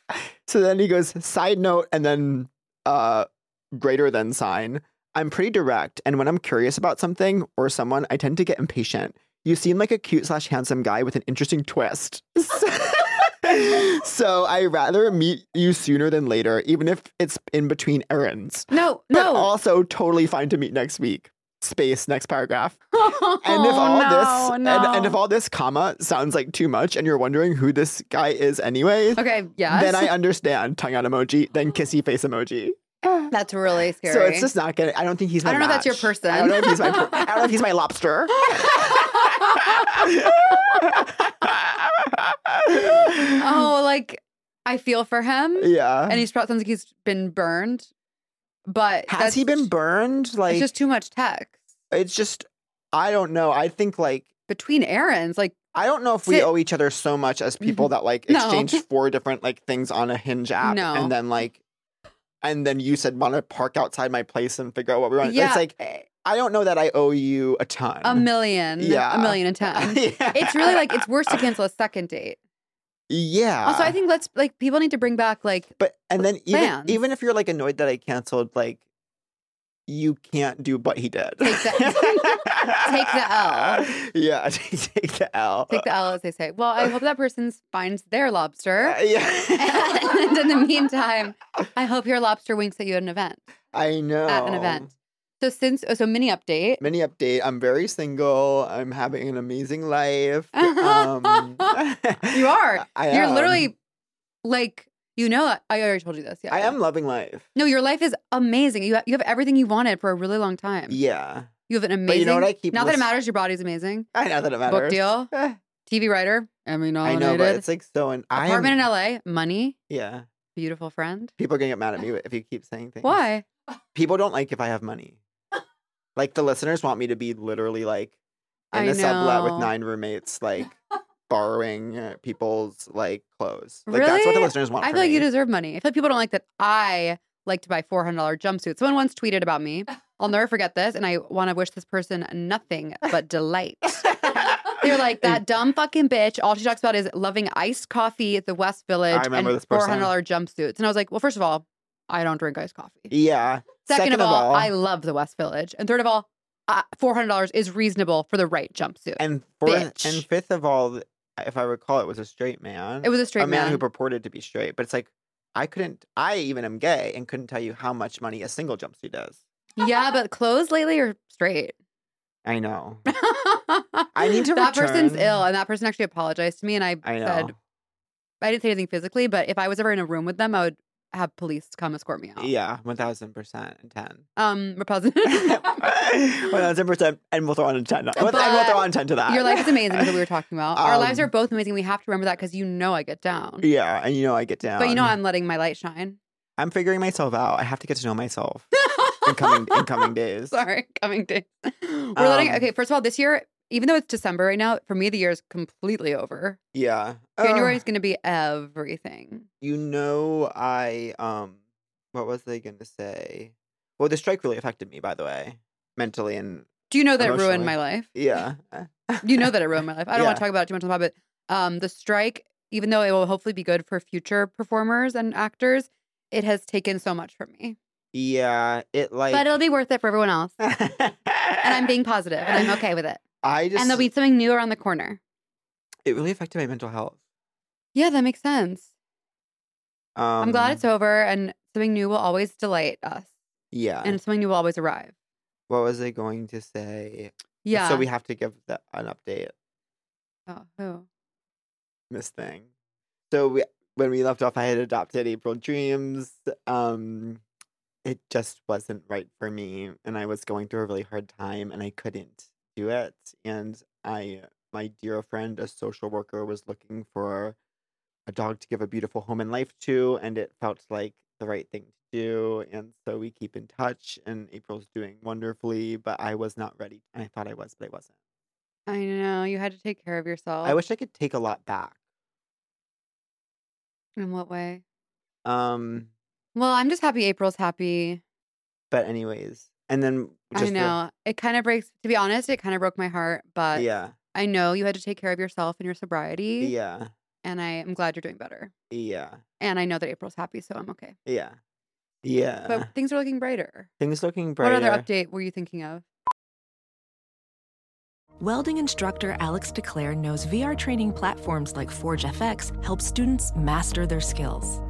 [SPEAKER 3] So then he goes, side note, and then uh, greater than sign. I'm pretty direct, and when I'm curious about something or someone, I tend to get impatient. You seem like a cute slash handsome guy with an interesting twist. so I rather meet you sooner than later, even if it's in between errands.
[SPEAKER 2] No
[SPEAKER 3] But
[SPEAKER 2] no.
[SPEAKER 3] also totally fine to meet next week. Space next paragraph. And if
[SPEAKER 2] Oh,
[SPEAKER 3] all
[SPEAKER 2] no,
[SPEAKER 3] this
[SPEAKER 2] no.
[SPEAKER 3] and, and if all this comma sounds like too much and you're wondering who this guy is anyway,
[SPEAKER 2] okay yes.
[SPEAKER 3] then I understand tongue out emoji, then kissy face emoji.
[SPEAKER 2] That's really scary.
[SPEAKER 3] So it's just not gonna I don't think he's my
[SPEAKER 2] I don't know if that's your
[SPEAKER 3] match.
[SPEAKER 2] person.
[SPEAKER 3] I don't know if he's my per- I don't know if he's my lobster.
[SPEAKER 2] oh like I feel for him,
[SPEAKER 3] yeah.
[SPEAKER 2] and he's probably sounds like he's been burned. But
[SPEAKER 3] Has
[SPEAKER 2] that's-
[SPEAKER 3] he been burned? Like
[SPEAKER 2] it's just too much text
[SPEAKER 3] it's just I don't know. I think like
[SPEAKER 2] between errands. Like
[SPEAKER 3] I don't know if we
[SPEAKER 2] Sit-
[SPEAKER 3] owe each other so much as people that like
[SPEAKER 2] Mm-hmm. No.
[SPEAKER 3] exchange four different like things on a hinge app
[SPEAKER 2] No.
[SPEAKER 3] and then like and then you said want to park outside my place and figure out what we want.
[SPEAKER 2] yeah,
[SPEAKER 3] It's like I don't know that I owe you a ton.
[SPEAKER 2] a million.
[SPEAKER 3] Yeah.
[SPEAKER 2] a million and ten.
[SPEAKER 3] Yeah.
[SPEAKER 2] It's really like it's worse to cancel a second date.
[SPEAKER 3] Yeah.
[SPEAKER 2] Also, I think let's like people need to bring back like
[SPEAKER 3] but and then even
[SPEAKER 2] fans.
[SPEAKER 3] even if you're like annoyed that I canceled like you can't do what he did.
[SPEAKER 2] Take the- take the L.
[SPEAKER 3] Yeah, take the L.
[SPEAKER 2] take the L as they say. Well, I hope that person finds their lobster.
[SPEAKER 3] Uh, yeah.
[SPEAKER 2] and in the meantime, I hope your lobster winks at you at an event.
[SPEAKER 3] I know.
[SPEAKER 2] At an event. So since oh, so mini update.
[SPEAKER 3] mini update. I'm very single. I'm having an amazing life. Um,
[SPEAKER 2] You are.
[SPEAKER 3] I
[SPEAKER 2] You're
[SPEAKER 3] am.
[SPEAKER 2] literally like you know. I already told you this. Yeah.
[SPEAKER 3] I am loving life.
[SPEAKER 2] No, your life is amazing. You have, you have everything you wanted for a really long time.
[SPEAKER 3] Yeah.
[SPEAKER 2] You have an amazing.
[SPEAKER 3] But you know what I keep
[SPEAKER 2] Not that it
[SPEAKER 3] lis-
[SPEAKER 2] matters. Your body's amazing.
[SPEAKER 3] I know that it matters.
[SPEAKER 2] Book deal.
[SPEAKER 3] Eh,
[SPEAKER 2] TV writer. Emmy
[SPEAKER 3] I
[SPEAKER 2] nominated.
[SPEAKER 3] know, but it's like so. And I am.
[SPEAKER 2] Apartment in LA. Money.
[SPEAKER 3] yeah.
[SPEAKER 2] Beautiful friend.
[SPEAKER 3] People are gonna get mad at me if you keep saying things.
[SPEAKER 2] Why?
[SPEAKER 3] People don't like if I have money. Like the listeners want me to be literally like in
[SPEAKER 2] I
[SPEAKER 3] a sublet with
[SPEAKER 2] know.
[SPEAKER 3] nine roommates, like borrowing uh, people's like clothes. Like that's what the
[SPEAKER 2] Really?
[SPEAKER 3] listeners want.
[SPEAKER 2] I
[SPEAKER 3] from
[SPEAKER 2] feel like you
[SPEAKER 3] me.
[SPEAKER 2] deserve money. I feel like people don't like that I like to buy four hundred dollar jumpsuits. Someone once tweeted about me. I'll never forget this, and I want to wish this person nothing but delight. They're like that dumb fucking bitch. All she talks about is loving iced coffee at the West Village
[SPEAKER 3] I remember
[SPEAKER 2] and
[SPEAKER 3] this person.
[SPEAKER 2] hundred dollar jumpsuits. And I was like, well, first of all, I don't drink iced coffee.
[SPEAKER 3] Yeah.
[SPEAKER 2] Second, of, all, I love the West Village. And third of all, uh, four hundred dollars is reasonable for the right jumpsuit.
[SPEAKER 3] And fourth and
[SPEAKER 2] Bitch.
[SPEAKER 3] fifth of all, th- if I recall, it was a straight man.
[SPEAKER 2] it was a straight
[SPEAKER 3] a man, who purported to be straight, but it's like I couldn't. I even am gay and couldn't tell you how much money a single jumpsuit does.
[SPEAKER 2] yeah, but clothes lately are straight.
[SPEAKER 3] I know. I need to
[SPEAKER 2] That person's
[SPEAKER 3] return.
[SPEAKER 2] ill, and that person actually apologized to me, and I,
[SPEAKER 3] I know.
[SPEAKER 2] said I didn't say anything physically, but if I was ever in a room with them, I would have police come escort me out.
[SPEAKER 3] Yeah, one thousand percent and ten.
[SPEAKER 2] Um, Rapunzel.
[SPEAKER 3] One thousand percent, and we'll throw on a ten. We'll- and we'll
[SPEAKER 2] But
[SPEAKER 3] throw on ten to that.
[SPEAKER 2] Your life is amazing. Is what we were talking about. Our lives
[SPEAKER 3] Um,
[SPEAKER 2] are both amazing. We have to remember that because you know I get down.
[SPEAKER 3] Yeah, and you know I get down.
[SPEAKER 2] But you know I'm letting my light shine.
[SPEAKER 3] I'm figuring myself out. I have to get to know myself in coming in coming days.
[SPEAKER 2] Sorry, coming days. We're letting.
[SPEAKER 3] Um,
[SPEAKER 2] Okay, first of all, this year, even though it's December right now, for me the year is completely over.
[SPEAKER 3] Yeah,
[SPEAKER 2] January
[SPEAKER 3] Ugh.
[SPEAKER 2] is going to be everything.
[SPEAKER 3] you know I um what was they gonna say? Well the strike really affected me by the way. Mentally and
[SPEAKER 2] Do you know that it ruined
[SPEAKER 3] Emotionally.
[SPEAKER 2] my life?
[SPEAKER 3] yeah.
[SPEAKER 2] You know that it ruined my life. I don't
[SPEAKER 3] Yeah.
[SPEAKER 2] want to talk about it too much on the pod, but um, the strike, even though it will hopefully be good for future performers and actors, it has taken so much from me.
[SPEAKER 3] Yeah. It like
[SPEAKER 2] but it'll be worth it for everyone else.
[SPEAKER 3] and
[SPEAKER 2] And I'm being positive, and I'm okay with it.
[SPEAKER 3] I just
[SPEAKER 2] and there'll be something new around the corner.
[SPEAKER 3] it really affected my mental health.
[SPEAKER 2] Yeah, that makes sense.
[SPEAKER 3] Um
[SPEAKER 2] I'm glad it's over, and something new will always delight us,
[SPEAKER 3] Yeah.
[SPEAKER 2] and something new will always arrive.
[SPEAKER 3] what was I going to say?
[SPEAKER 2] Yeah.
[SPEAKER 3] So we have to give the, an update
[SPEAKER 2] oh, who?
[SPEAKER 3] this thing. So we, when we left off, I had adopted April Dreams. Um, it just wasn't right for me, and I was going through a really hard time, and I couldn't do it. And I, my dear friend, a social worker, was looking for a dog to give a beautiful home and life to, and it felt like the right thing to do. And so we keep in touch, and April's doing wonderfully, but I was not ready. And I thought I was, but I wasn't.
[SPEAKER 2] I know you had to take care of yourself.
[SPEAKER 3] I wish I could take a lot back.
[SPEAKER 2] In what way?
[SPEAKER 3] Um,
[SPEAKER 2] Well, I'm just happy April's happy.
[SPEAKER 3] But anyways, and then just
[SPEAKER 2] I
[SPEAKER 3] the-
[SPEAKER 2] know uh, it kind of breaks. To be honest, it kind of broke my heart, but
[SPEAKER 3] yeah,
[SPEAKER 2] I know you had to take care of yourself and your sobriety.
[SPEAKER 3] yeah,
[SPEAKER 2] And I am glad you're doing better.
[SPEAKER 3] yeah,
[SPEAKER 2] And I know that April's happy, so I'm okay.
[SPEAKER 3] yeah, yeah.
[SPEAKER 2] But things are looking brighter.
[SPEAKER 3] Things looking Uh-huh. brighter.
[SPEAKER 2] What other update were you thinking of?
[SPEAKER 5] Welding instructor Alex DeClaire knows VR training platforms like Forge FX help students master their skills.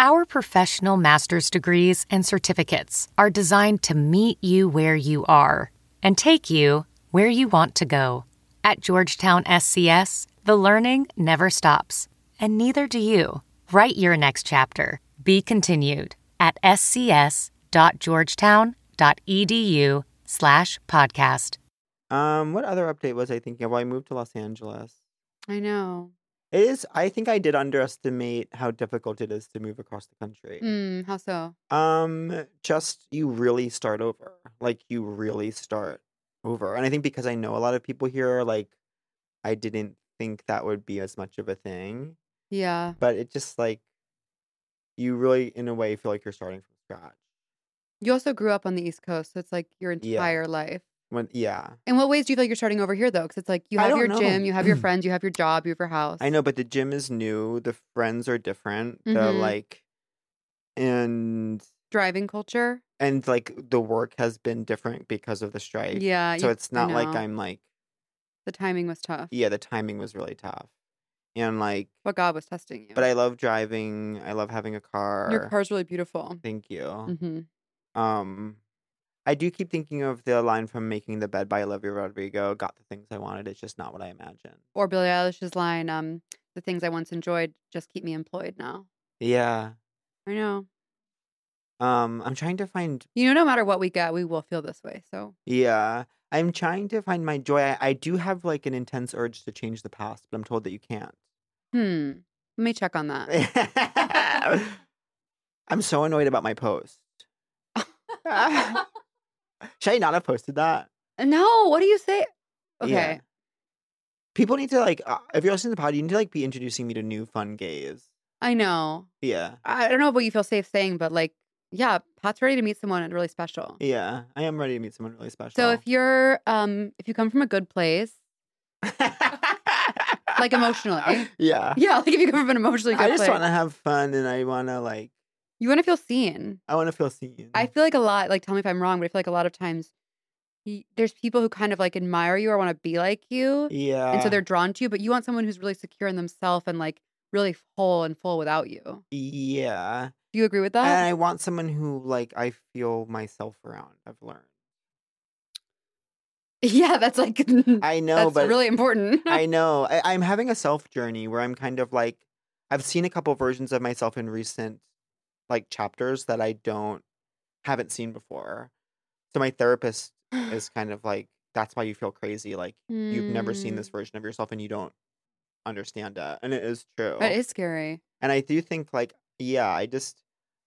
[SPEAKER 6] Our professional master's degrees and certificates are designed to meet you where you are and take you where you want to go. At Georgetown SCS, the learning never stops, and neither do you. Write your next chapter. Be continued at scs.georgetown.edu E slash podcast.
[SPEAKER 3] Um, what other update was I thinking of? Well, I moved to Los Angeles.
[SPEAKER 2] I know.
[SPEAKER 3] It is. I think I did underestimate how difficult it is to move across the country.
[SPEAKER 2] Mm, how so?
[SPEAKER 3] Um, just you really start over. Like you really start over. And I think because I know a lot of people here, like I didn't think that would be as much of a thing.
[SPEAKER 2] Yeah.
[SPEAKER 3] but it just like you really in a way feel like you're starting from scratch
[SPEAKER 2] You also grew up on the East Coast, so it's like your
[SPEAKER 3] Yeah.
[SPEAKER 2] entire life.
[SPEAKER 3] when yeah
[SPEAKER 2] In what ways do you feel like you're starting over here, though? Because it's like you
[SPEAKER 3] I
[SPEAKER 2] have
[SPEAKER 3] don't
[SPEAKER 2] your
[SPEAKER 3] know.
[SPEAKER 2] gym, you have your friends, you have your job, you have your house.
[SPEAKER 3] i know but the gym is new the friends are different the
[SPEAKER 2] Mhm.
[SPEAKER 3] like and
[SPEAKER 2] Driving culture.
[SPEAKER 3] and like the work has been different because of the strike
[SPEAKER 2] Yeah.
[SPEAKER 3] so
[SPEAKER 2] you-
[SPEAKER 3] it's
[SPEAKER 2] I
[SPEAKER 3] not like
[SPEAKER 2] know.
[SPEAKER 3] i'm like
[SPEAKER 2] The timing was tough.
[SPEAKER 3] yeah the timing was really tough and like
[SPEAKER 2] But God was testing you.
[SPEAKER 3] but i love driving i love having a car
[SPEAKER 2] Your car's really beautiful.
[SPEAKER 3] thank you
[SPEAKER 2] hmm
[SPEAKER 3] um i do keep thinking of the line from making the bed by olivia rodrigo got the things i wanted it's just not what i imagined
[SPEAKER 2] Or Billie Eilish's line, um, "The things I once enjoyed just keep me employed now."
[SPEAKER 3] Yeah.
[SPEAKER 2] I know.
[SPEAKER 3] Um, I'm trying to find
[SPEAKER 2] You know, no matter what we get, we will feel this way. So
[SPEAKER 3] yeah. I'm trying to find my joy. I, I do have like an intense urge to change the past, but I'm told that you can't.
[SPEAKER 2] Hmm. Let me check on that.
[SPEAKER 3] I'm so annoyed about my post. Should I not have posted that?
[SPEAKER 2] no, what do you say?
[SPEAKER 3] Yeah.
[SPEAKER 2] Okay.
[SPEAKER 3] People need to like uh, if you're listening to the pod, you need to like be introducing me to new fun gays.
[SPEAKER 2] I know.
[SPEAKER 3] Yeah.
[SPEAKER 2] I I don't know what you feel safe saying, but like, yeah, Pat's ready to meet someone really special.
[SPEAKER 3] Yeah. I am ready to meet someone really special.
[SPEAKER 2] So if you're um if you come from a good place, like emotionally.
[SPEAKER 3] yeah.
[SPEAKER 2] Yeah, like if you've ever been emotionally
[SPEAKER 3] I
[SPEAKER 2] good
[SPEAKER 3] just
[SPEAKER 2] player.
[SPEAKER 3] want to have fun and I want to like,
[SPEAKER 2] you want to feel seen.
[SPEAKER 3] I want to feel seen.
[SPEAKER 2] I feel like a lot, like, tell me if I'm wrong, but I feel like a lot of times y- there's people who kind of like admire you or want to be like you.
[SPEAKER 3] yeah.
[SPEAKER 2] And so they're drawn to you, but you want someone who's really secure in themselves and like really whole and full without you. Do
[SPEAKER 3] yeah.
[SPEAKER 2] you agree with
[SPEAKER 3] and
[SPEAKER 2] that?
[SPEAKER 3] I want someone who like I feel myself around. I've learned.
[SPEAKER 2] yeah, that's like,
[SPEAKER 3] I know,
[SPEAKER 2] that's
[SPEAKER 3] but
[SPEAKER 2] really important.
[SPEAKER 3] I know. I, I'm having a self journey where I'm kind of like, I've seen a couple versions of myself in recent like chapters that I don't, haven't seen before. So my therapist is kind of like, that's why you feel crazy. Like you've never
[SPEAKER 2] Hmm. Mm.
[SPEAKER 3] seen this version of yourself and you don't understand it. And it is true.
[SPEAKER 2] That is scary.
[SPEAKER 3] And I do think like, yeah, I just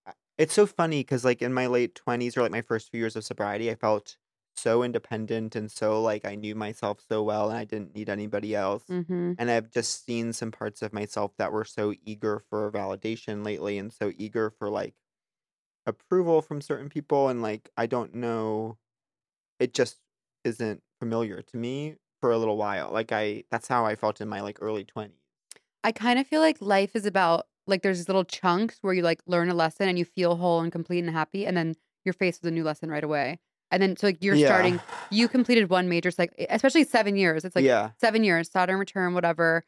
[SPEAKER 3] I- it's so funny because like in my late twenties or like my first few years of sobriety, I felt so independent and so like I knew myself so well and I didn't need anybody else.
[SPEAKER 2] Mm-hmm.
[SPEAKER 3] And I've just seen some parts of myself that were so eager for validation lately and so eager for like approval from certain people and like I don't know it just isn't familiar to me for a little while. Like I that's how I felt in my like early twenties.
[SPEAKER 2] I kind of feel like life is about like there's these little chunks where you like learn a lesson and you feel whole and complete and happy, and then you're faced with a new lesson right away. And then so like you're
[SPEAKER 3] Yeah.
[SPEAKER 2] starting, you completed one major like especially seven years. It's like
[SPEAKER 3] yeah.
[SPEAKER 2] seven years, Saturn return, whatever.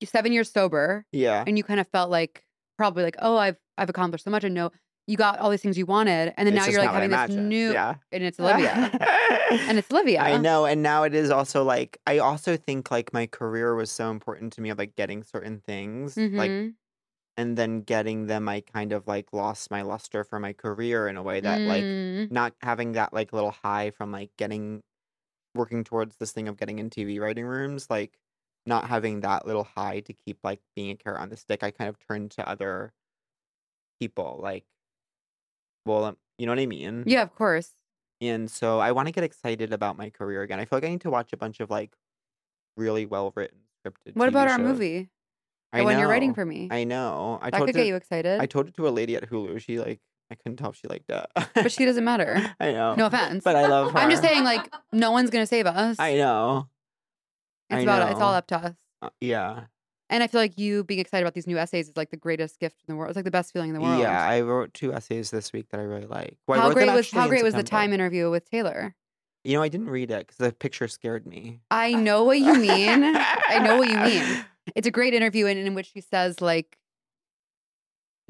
[SPEAKER 2] You're seven years sober,
[SPEAKER 3] Yeah.
[SPEAKER 2] and you kind of felt like probably like oh I've I've accomplished so much and no you got all these things you wanted, and then
[SPEAKER 3] It's
[SPEAKER 2] now
[SPEAKER 3] just
[SPEAKER 2] you're like
[SPEAKER 3] not what I
[SPEAKER 2] having this
[SPEAKER 3] imagined.
[SPEAKER 2] new
[SPEAKER 3] yeah.
[SPEAKER 2] and it's Olivia and it's Olivia.
[SPEAKER 3] I know, and now it is also like I also think like my career was so important to me of like getting certain things, like
[SPEAKER 2] Mhm.
[SPEAKER 3] and then getting them. I kind of like lost my luster for my career in a way that like
[SPEAKER 2] Mm.
[SPEAKER 3] not having that like little high from like getting working towards this thing of getting in TV writing rooms, like not having that little high to keep like being a carrot on the stick. I kind of turned to other people, like, well, um, you know what I mean?
[SPEAKER 2] yeah of course
[SPEAKER 3] And so I want to get excited about my career again. I feel like I need to watch a bunch of like really well written scripted.
[SPEAKER 2] what
[SPEAKER 3] TV
[SPEAKER 2] about our
[SPEAKER 3] shows.
[SPEAKER 2] movie
[SPEAKER 3] I
[SPEAKER 2] the one you're writing
[SPEAKER 3] know.
[SPEAKER 2] for me
[SPEAKER 3] I know. I
[SPEAKER 2] that
[SPEAKER 3] told
[SPEAKER 2] could get
[SPEAKER 3] it-
[SPEAKER 2] you excited
[SPEAKER 3] I told it to a lady at Hulu. She like I couldn't tell if she liked it.
[SPEAKER 2] but she doesn't matter
[SPEAKER 3] I know.
[SPEAKER 2] no offense
[SPEAKER 3] But I love her.
[SPEAKER 2] I'm just saying like no one's gonna save us
[SPEAKER 3] I know.
[SPEAKER 2] it's
[SPEAKER 3] I
[SPEAKER 2] about it's all
[SPEAKER 3] know.
[SPEAKER 2] up to us
[SPEAKER 3] Uh, yeah.
[SPEAKER 2] and I feel like you being excited about these new essays is like the greatest gift in the world it's like the best feeling in the world
[SPEAKER 3] Yeah. I wrote two essays this week that I really like. Well, I
[SPEAKER 2] how
[SPEAKER 3] wrote them
[SPEAKER 2] great was
[SPEAKER 3] actually
[SPEAKER 2] how
[SPEAKER 3] in
[SPEAKER 2] great was the
[SPEAKER 3] September.
[SPEAKER 2] time interview with Taylor
[SPEAKER 3] You know, I didn't read it because the picture scared me.
[SPEAKER 2] I know what you mean. I know what you mean. It's a great interview in, in which she says, like,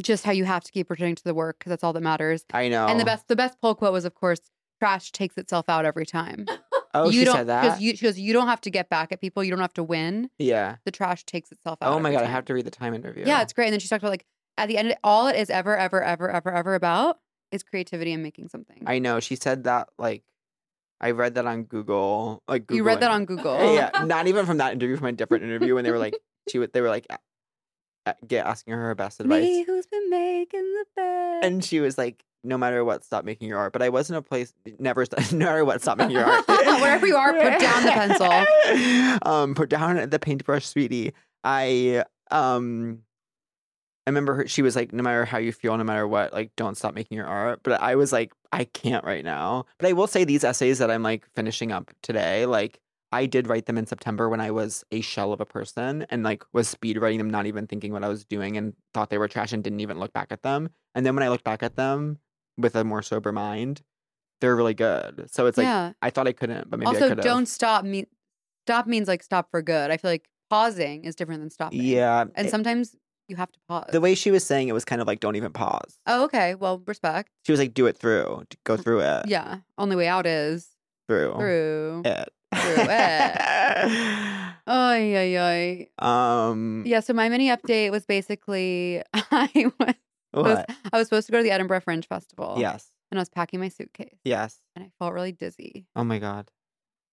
[SPEAKER 2] just how you have to keep returning to the work because that's all that matters.
[SPEAKER 3] I know.
[SPEAKER 2] And the best, the best poll quote was, of course, trash takes itself out every time.
[SPEAKER 3] Oh,
[SPEAKER 2] you
[SPEAKER 3] she
[SPEAKER 2] don't,
[SPEAKER 3] said
[SPEAKER 2] She
[SPEAKER 3] that.
[SPEAKER 2] goes, you, she goes, you don't have to get back at people. You don't have to win.
[SPEAKER 3] yeah.
[SPEAKER 2] The trash takes itself out.
[SPEAKER 3] Oh my
[SPEAKER 2] every
[SPEAKER 3] god, I
[SPEAKER 2] time."
[SPEAKER 3] have to read the time interview.
[SPEAKER 2] Yeah, it's great. And then she talked about like at the end, of it, all it is ever, ever, ever, ever, ever about is creativity and making something.
[SPEAKER 3] I know. She said that like I read that on Google. Like Google
[SPEAKER 2] you read that on Google.
[SPEAKER 3] yeah, not even from that interview, from a different interview when they were like she would they were like a- a- get asking her her best advice.
[SPEAKER 2] Me who's been making the bed.
[SPEAKER 3] And she was like, No matter what, stop making your art. But I was in a place never st- no matter what, stop making your art.
[SPEAKER 2] Wherever you are, put down the pencil.
[SPEAKER 3] um, put down the paintbrush, sweetie. I um I remember her, she was like, no matter how you feel, no matter what, like, don't stop making your art. But I was like, I can't right now. But I will say these essays that I'm like finishing up today, like, I did write them in September when I was a shell of a person and like was speed writing them, not even thinking what I was doing and thought they were trash and didn't even look back at them. And then when I look back at them with a more sober mind, they're really good. So it's like,
[SPEAKER 2] Yeah.
[SPEAKER 3] I thought I couldn't, but maybe I
[SPEAKER 2] also,
[SPEAKER 3] could have.
[SPEAKER 2] don't stop. Me- stop means like stop for good. I feel like pausing is different than stopping.
[SPEAKER 3] Yeah.
[SPEAKER 2] and
[SPEAKER 3] it-
[SPEAKER 2] sometimes you have to pause.
[SPEAKER 3] the way she was saying it was kind of like, don't even pause.
[SPEAKER 2] oh, okay. Well, respect.
[SPEAKER 3] She was like, do it through, go through it,
[SPEAKER 2] Mm-hmm. Yeah. Only way out is
[SPEAKER 3] through.
[SPEAKER 2] through.
[SPEAKER 3] it.
[SPEAKER 2] Through Oh yeah, yeah.
[SPEAKER 3] um.
[SPEAKER 2] Yeah. So my mini update was basically I was
[SPEAKER 3] What?
[SPEAKER 2] I was supposed to go to the Edinburgh Fringe Festival.
[SPEAKER 3] Yes.
[SPEAKER 2] And I was packing my suitcase,
[SPEAKER 3] Yes.
[SPEAKER 2] and I felt really dizzy.
[SPEAKER 3] Oh my god.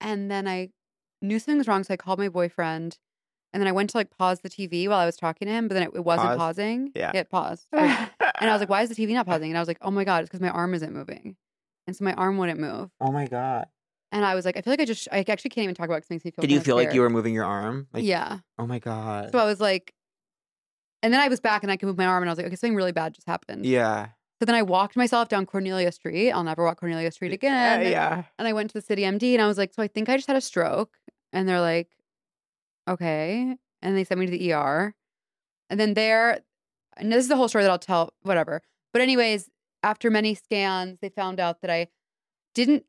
[SPEAKER 2] And then I knew something was wrong, so I called my boyfriend. And then I went to like pause the TV while I was talking to him, but then it, it wasn't
[SPEAKER 3] Pause?
[SPEAKER 2] pausing.
[SPEAKER 3] Yeah.
[SPEAKER 2] It paused. and
[SPEAKER 3] and
[SPEAKER 2] I was like, why is the TV not pausing? And I was like, oh my God, it's because my arm isn't moving. And so my arm wouldn't move.
[SPEAKER 3] Oh my god.
[SPEAKER 2] And I was like, I feel like I just, I actually can't even talk about it 'cause it makes me feel
[SPEAKER 3] Did you
[SPEAKER 2] kinda
[SPEAKER 3] feel like you
[SPEAKER 2] scared.
[SPEAKER 3] were moving your arm? Like,
[SPEAKER 2] yeah.
[SPEAKER 3] Oh my god.
[SPEAKER 2] So um, I was like, and then I was back and I could move my arm and I was like, okay, something really bad just happened.
[SPEAKER 3] yeah.
[SPEAKER 2] So then I walked myself down Cornelia Street. I'll never walk Cornelia Street again.
[SPEAKER 3] Yeah, eh, yeah.
[SPEAKER 2] And I went to the city MD and I was like, so I think I just had a stroke. And they're like, okay. and they sent me to the ER. And then there, and this is the whole story that I'll tell, whatever. But, anyways, after many scans, they found out that I didn't,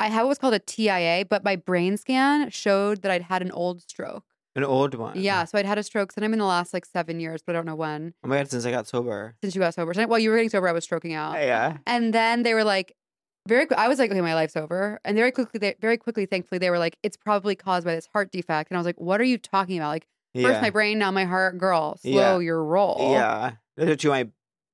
[SPEAKER 2] I have what's called a TIA, but my brain scan showed that I'd had an old stroke.
[SPEAKER 3] An old one.
[SPEAKER 2] Yeah. So I'd had a stroke sometime in the last like seven years, but I don't know when,
[SPEAKER 3] Oh my god, since I got sober. Eh,
[SPEAKER 2] since you got sober. So, while you were getting sober, I was stroking out.
[SPEAKER 3] Yeah.
[SPEAKER 2] And then they were like, very. I was like, okay, my life's over. And very quickly, they, very quickly, thankfully, they were like, it's probably caused by this heart defect. And I was like, what are you talking about? Like,
[SPEAKER 3] Yeah.
[SPEAKER 2] first my brain, now my heart. Girl,
[SPEAKER 3] Yeah.
[SPEAKER 2] slow your roll.
[SPEAKER 3] Yeah. Those are two of my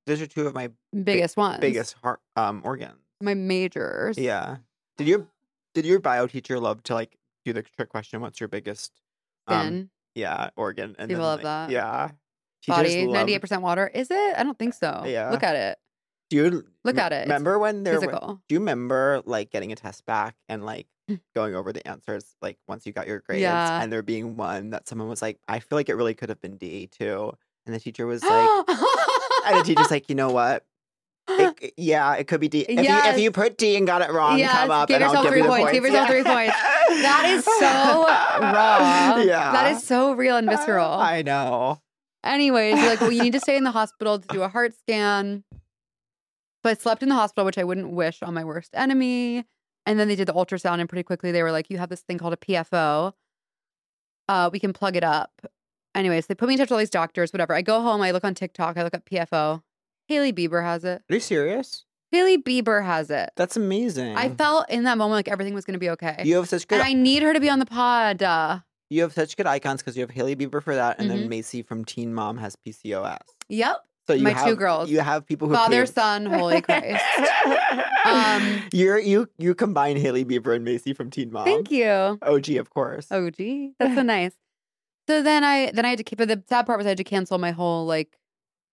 [SPEAKER 3] those are two of my
[SPEAKER 2] biggest ones,
[SPEAKER 3] biggest heart um organs.
[SPEAKER 2] my majors.
[SPEAKER 3] Yeah. Did your did your bio teacher love to like do the trick question? What's your biggest um,
[SPEAKER 2] Then
[SPEAKER 3] yeah organ? And
[SPEAKER 2] People
[SPEAKER 3] then,
[SPEAKER 2] love
[SPEAKER 3] like,
[SPEAKER 2] that.
[SPEAKER 3] Yeah. She just
[SPEAKER 2] body,
[SPEAKER 3] loved-
[SPEAKER 2] ninety-eight percent water. Is it? I don't think so.
[SPEAKER 3] Uh, Yeah.
[SPEAKER 2] Look at it.
[SPEAKER 3] Do you
[SPEAKER 2] Look
[SPEAKER 3] m-
[SPEAKER 2] at it. It's
[SPEAKER 3] Remember when there? were-
[SPEAKER 2] Physical.
[SPEAKER 3] do you remember like getting a test back and like going over the answers like once you got your grades
[SPEAKER 2] Yeah.
[SPEAKER 3] and there being one that someone was like, I feel like it really could have been D two, and the teacher was like, and the teacher's like, you know what? It, c- yeah, it could be D. If, you,
[SPEAKER 2] Yes.
[SPEAKER 3] if you put D and got it wrong,
[SPEAKER 2] Yes,
[SPEAKER 3] come up
[SPEAKER 2] give
[SPEAKER 3] and I'll
[SPEAKER 2] yourself
[SPEAKER 3] give
[SPEAKER 2] three
[SPEAKER 3] you the
[SPEAKER 2] points, give yourself three points. that is so raw.
[SPEAKER 3] Yeah,
[SPEAKER 2] That is so real and visceral.
[SPEAKER 3] I know.
[SPEAKER 2] Anyways, they're like, well, you need to stay in the hospital to do a heart scan. So I slept in the hospital, which I wouldn't wish on my worst enemy. And then they did the ultrasound, and pretty quickly they were like, you have this thing called a PFO. Uh, we can plug it up. Anyways, they put me in touch with all these doctors, whatever. I go home, I look on TikTok, I look up PFO. Haley Bieber has it.
[SPEAKER 3] Are you serious?
[SPEAKER 2] Haley Bieber has it.
[SPEAKER 3] That's amazing.
[SPEAKER 2] I felt in that moment like everything was going to be okay.
[SPEAKER 3] you have such good.
[SPEAKER 2] and I need her to be on the pod. Uh,
[SPEAKER 3] you have such good icons because you have Haley Bieber for that, and
[SPEAKER 2] Mhm.
[SPEAKER 3] then Macy from Teen Mom has PCOS.
[SPEAKER 2] yep.
[SPEAKER 3] So you
[SPEAKER 2] My
[SPEAKER 3] have,
[SPEAKER 2] two girls.
[SPEAKER 3] You have people who
[SPEAKER 2] Father,
[SPEAKER 3] paved-
[SPEAKER 2] son, holy Christ. Um,
[SPEAKER 3] You're you you combine Haley Bieber and Macy from Teen Mom.
[SPEAKER 2] Thank you.
[SPEAKER 3] OG, of course.
[SPEAKER 2] Oh, gee, that's so nice. So then I then I had to keep. But the sad part was I had to cancel my whole like.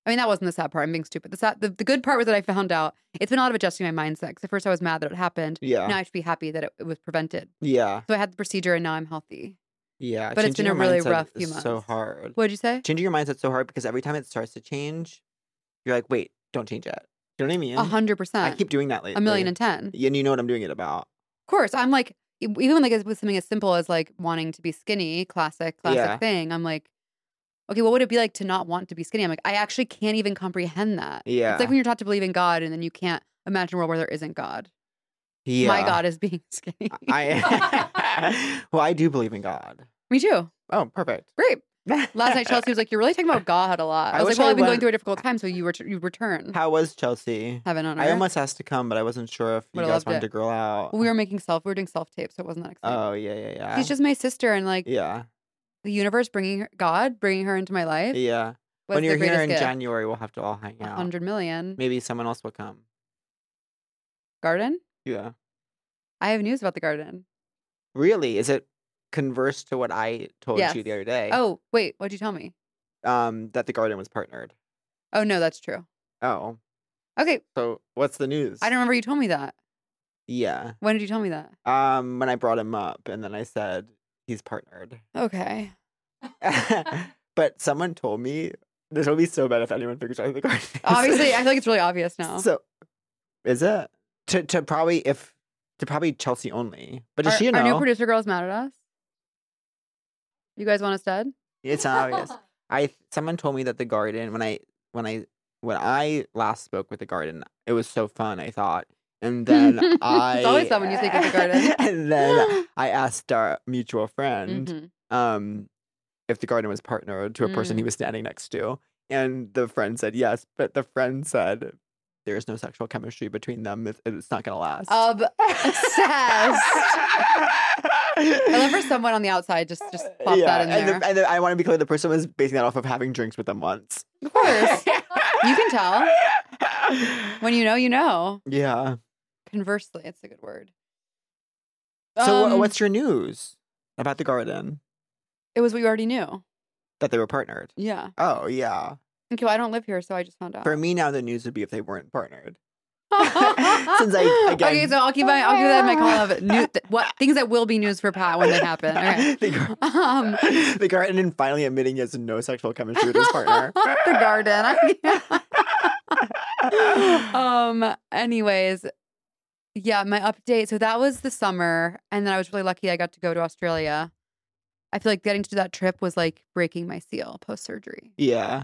[SPEAKER 2] I mean, that wasn't the sad part. I'm being stupid. The sad, the, the good part was that I found out it's been a lot of adjusting my mindset. Because at first I was mad that it happened.
[SPEAKER 3] Yeah.
[SPEAKER 2] Now I should be happy that it, it was prevented.
[SPEAKER 3] Yeah.
[SPEAKER 2] So I had the procedure and now I'm healthy.
[SPEAKER 3] Yeah.
[SPEAKER 2] But it's
[SPEAKER 3] Changing
[SPEAKER 2] been a
[SPEAKER 3] your
[SPEAKER 2] really
[SPEAKER 3] mindset
[SPEAKER 2] rough few
[SPEAKER 3] is So
[SPEAKER 2] months.
[SPEAKER 3] hard.
[SPEAKER 2] What'd you say?
[SPEAKER 3] Changing your mindset so hard because every time it starts to change, you're like, wait, don't change it. You know what I mean?
[SPEAKER 2] A hundred
[SPEAKER 3] I
[SPEAKER 2] percent.
[SPEAKER 3] keep doing that lately.
[SPEAKER 2] a million and ten.
[SPEAKER 3] And you know what I'm doing it about.
[SPEAKER 2] Of course, I'm like e- even like with something as simple as like wanting to be skinny, classic, classic
[SPEAKER 3] Yeah.
[SPEAKER 2] thing. I'm like, okay, what would it be like to not want to be skinny? I'm like, I actually can't even comprehend that.
[SPEAKER 3] Yeah.
[SPEAKER 2] It's like when you're taught to believe in God and then you can't imagine a world where there isn't God.
[SPEAKER 3] yeah.
[SPEAKER 2] My God is being skinny.
[SPEAKER 3] I well, I do believe in God.
[SPEAKER 2] Me too.
[SPEAKER 3] Oh, perfect.
[SPEAKER 2] Great. Last night Chelsea was like, "You're really talking about God a lot." I,
[SPEAKER 3] I
[SPEAKER 2] was
[SPEAKER 3] wish
[SPEAKER 2] like, "Well,
[SPEAKER 3] I
[SPEAKER 2] I've been going
[SPEAKER 3] went-
[SPEAKER 2] through a difficult time, so you ret- you return
[SPEAKER 3] How was Chelsea?
[SPEAKER 2] heaven on earth."
[SPEAKER 3] I almost asked to come, but I wasn't sure if you
[SPEAKER 2] Would've
[SPEAKER 3] guys
[SPEAKER 2] loved
[SPEAKER 3] wanted
[SPEAKER 2] it.
[SPEAKER 3] to grill out.
[SPEAKER 2] we were making self, we were doing self tape, so it wasn't that exciting.
[SPEAKER 3] Oh yeah, yeah, yeah.
[SPEAKER 2] She's just my sister, and like
[SPEAKER 3] yeah,
[SPEAKER 2] the universe bringing her, God bringing her into my life.
[SPEAKER 3] yeah.
[SPEAKER 2] was
[SPEAKER 3] When
[SPEAKER 2] the
[SPEAKER 3] you're here
[SPEAKER 2] greatest
[SPEAKER 3] in
[SPEAKER 2] gift.
[SPEAKER 3] January, we'll have to all hang
[SPEAKER 2] A
[SPEAKER 3] out.
[SPEAKER 2] hundred million
[SPEAKER 3] Maybe someone else will come.
[SPEAKER 2] garden.
[SPEAKER 3] Yeah.
[SPEAKER 2] I have news about the garden.
[SPEAKER 3] Really? Is it converse to what I told you
[SPEAKER 2] Yes.
[SPEAKER 3] the other day?
[SPEAKER 2] Oh wait, what'd you tell me?
[SPEAKER 3] um, that the garden was partnered.
[SPEAKER 2] Oh no, that's true.
[SPEAKER 3] Oh,
[SPEAKER 2] Okay,
[SPEAKER 3] so what's the news?
[SPEAKER 2] I don't remember you told me that.
[SPEAKER 3] Yeah.
[SPEAKER 2] When did you tell me that?
[SPEAKER 3] Um, when I brought him up, and then I said he's partnered.
[SPEAKER 2] Okay,
[SPEAKER 3] but someone told me this will be so bad if anyone figures out who the garden. is.
[SPEAKER 2] obviously, I feel like it's really obvious now.
[SPEAKER 3] So, is it to to probably if to probably Chelsea only? But does
[SPEAKER 2] our,
[SPEAKER 3] she know?
[SPEAKER 2] our new producer girl's mad at us. You guys want us dead?
[SPEAKER 3] it's not obvious. I someone told me that the garden when I when I when I last spoke with the garden, it was so fun. I thought, and then
[SPEAKER 2] It's
[SPEAKER 3] I
[SPEAKER 2] always fun when you speak with the garden.
[SPEAKER 3] and then I asked our mutual friend
[SPEAKER 2] Mhm.
[SPEAKER 3] um if the garden was partnered to a person
[SPEAKER 2] Mm.
[SPEAKER 3] he was standing next to, and the friend said yes, but the friend said. There is no sexual chemistry between them. It's, it's not going to last.
[SPEAKER 2] Um, Obsessed. I love for someone on the outside just just pop that
[SPEAKER 3] Uh,
[SPEAKER 2] in
[SPEAKER 3] and
[SPEAKER 2] there.
[SPEAKER 3] The, and the, I want to be clear, the person was basing that off of having drinks with them once.
[SPEAKER 2] of course, you can tell when you know. You know.
[SPEAKER 3] Yeah.
[SPEAKER 2] Conversely, it's a good word.
[SPEAKER 3] So wha-
[SPEAKER 2] Um,
[SPEAKER 3] what's your news about the garden?
[SPEAKER 2] It was what you already knew.
[SPEAKER 3] That they were partnered.
[SPEAKER 2] Yeah.
[SPEAKER 3] Oh, yeah.
[SPEAKER 2] Okay, well, I don't live here, so I just found out.
[SPEAKER 3] For me now, the news would be if they weren't partnered. Since I- again-
[SPEAKER 2] okay, so I'll keep my I'll give that my call of new th- what things that will be news for Pat when they happen. Okay.
[SPEAKER 3] the, gar-
[SPEAKER 2] Um,
[SPEAKER 3] the garden and finally admitting he has no sexual chemistry with his partner.
[SPEAKER 2] the garden. um. Anyways, yeah, my update. So that was the summer, and then I was really lucky. I got to go to Australia I feel like getting to do that trip was like breaking my seal post surgery.
[SPEAKER 3] Yeah.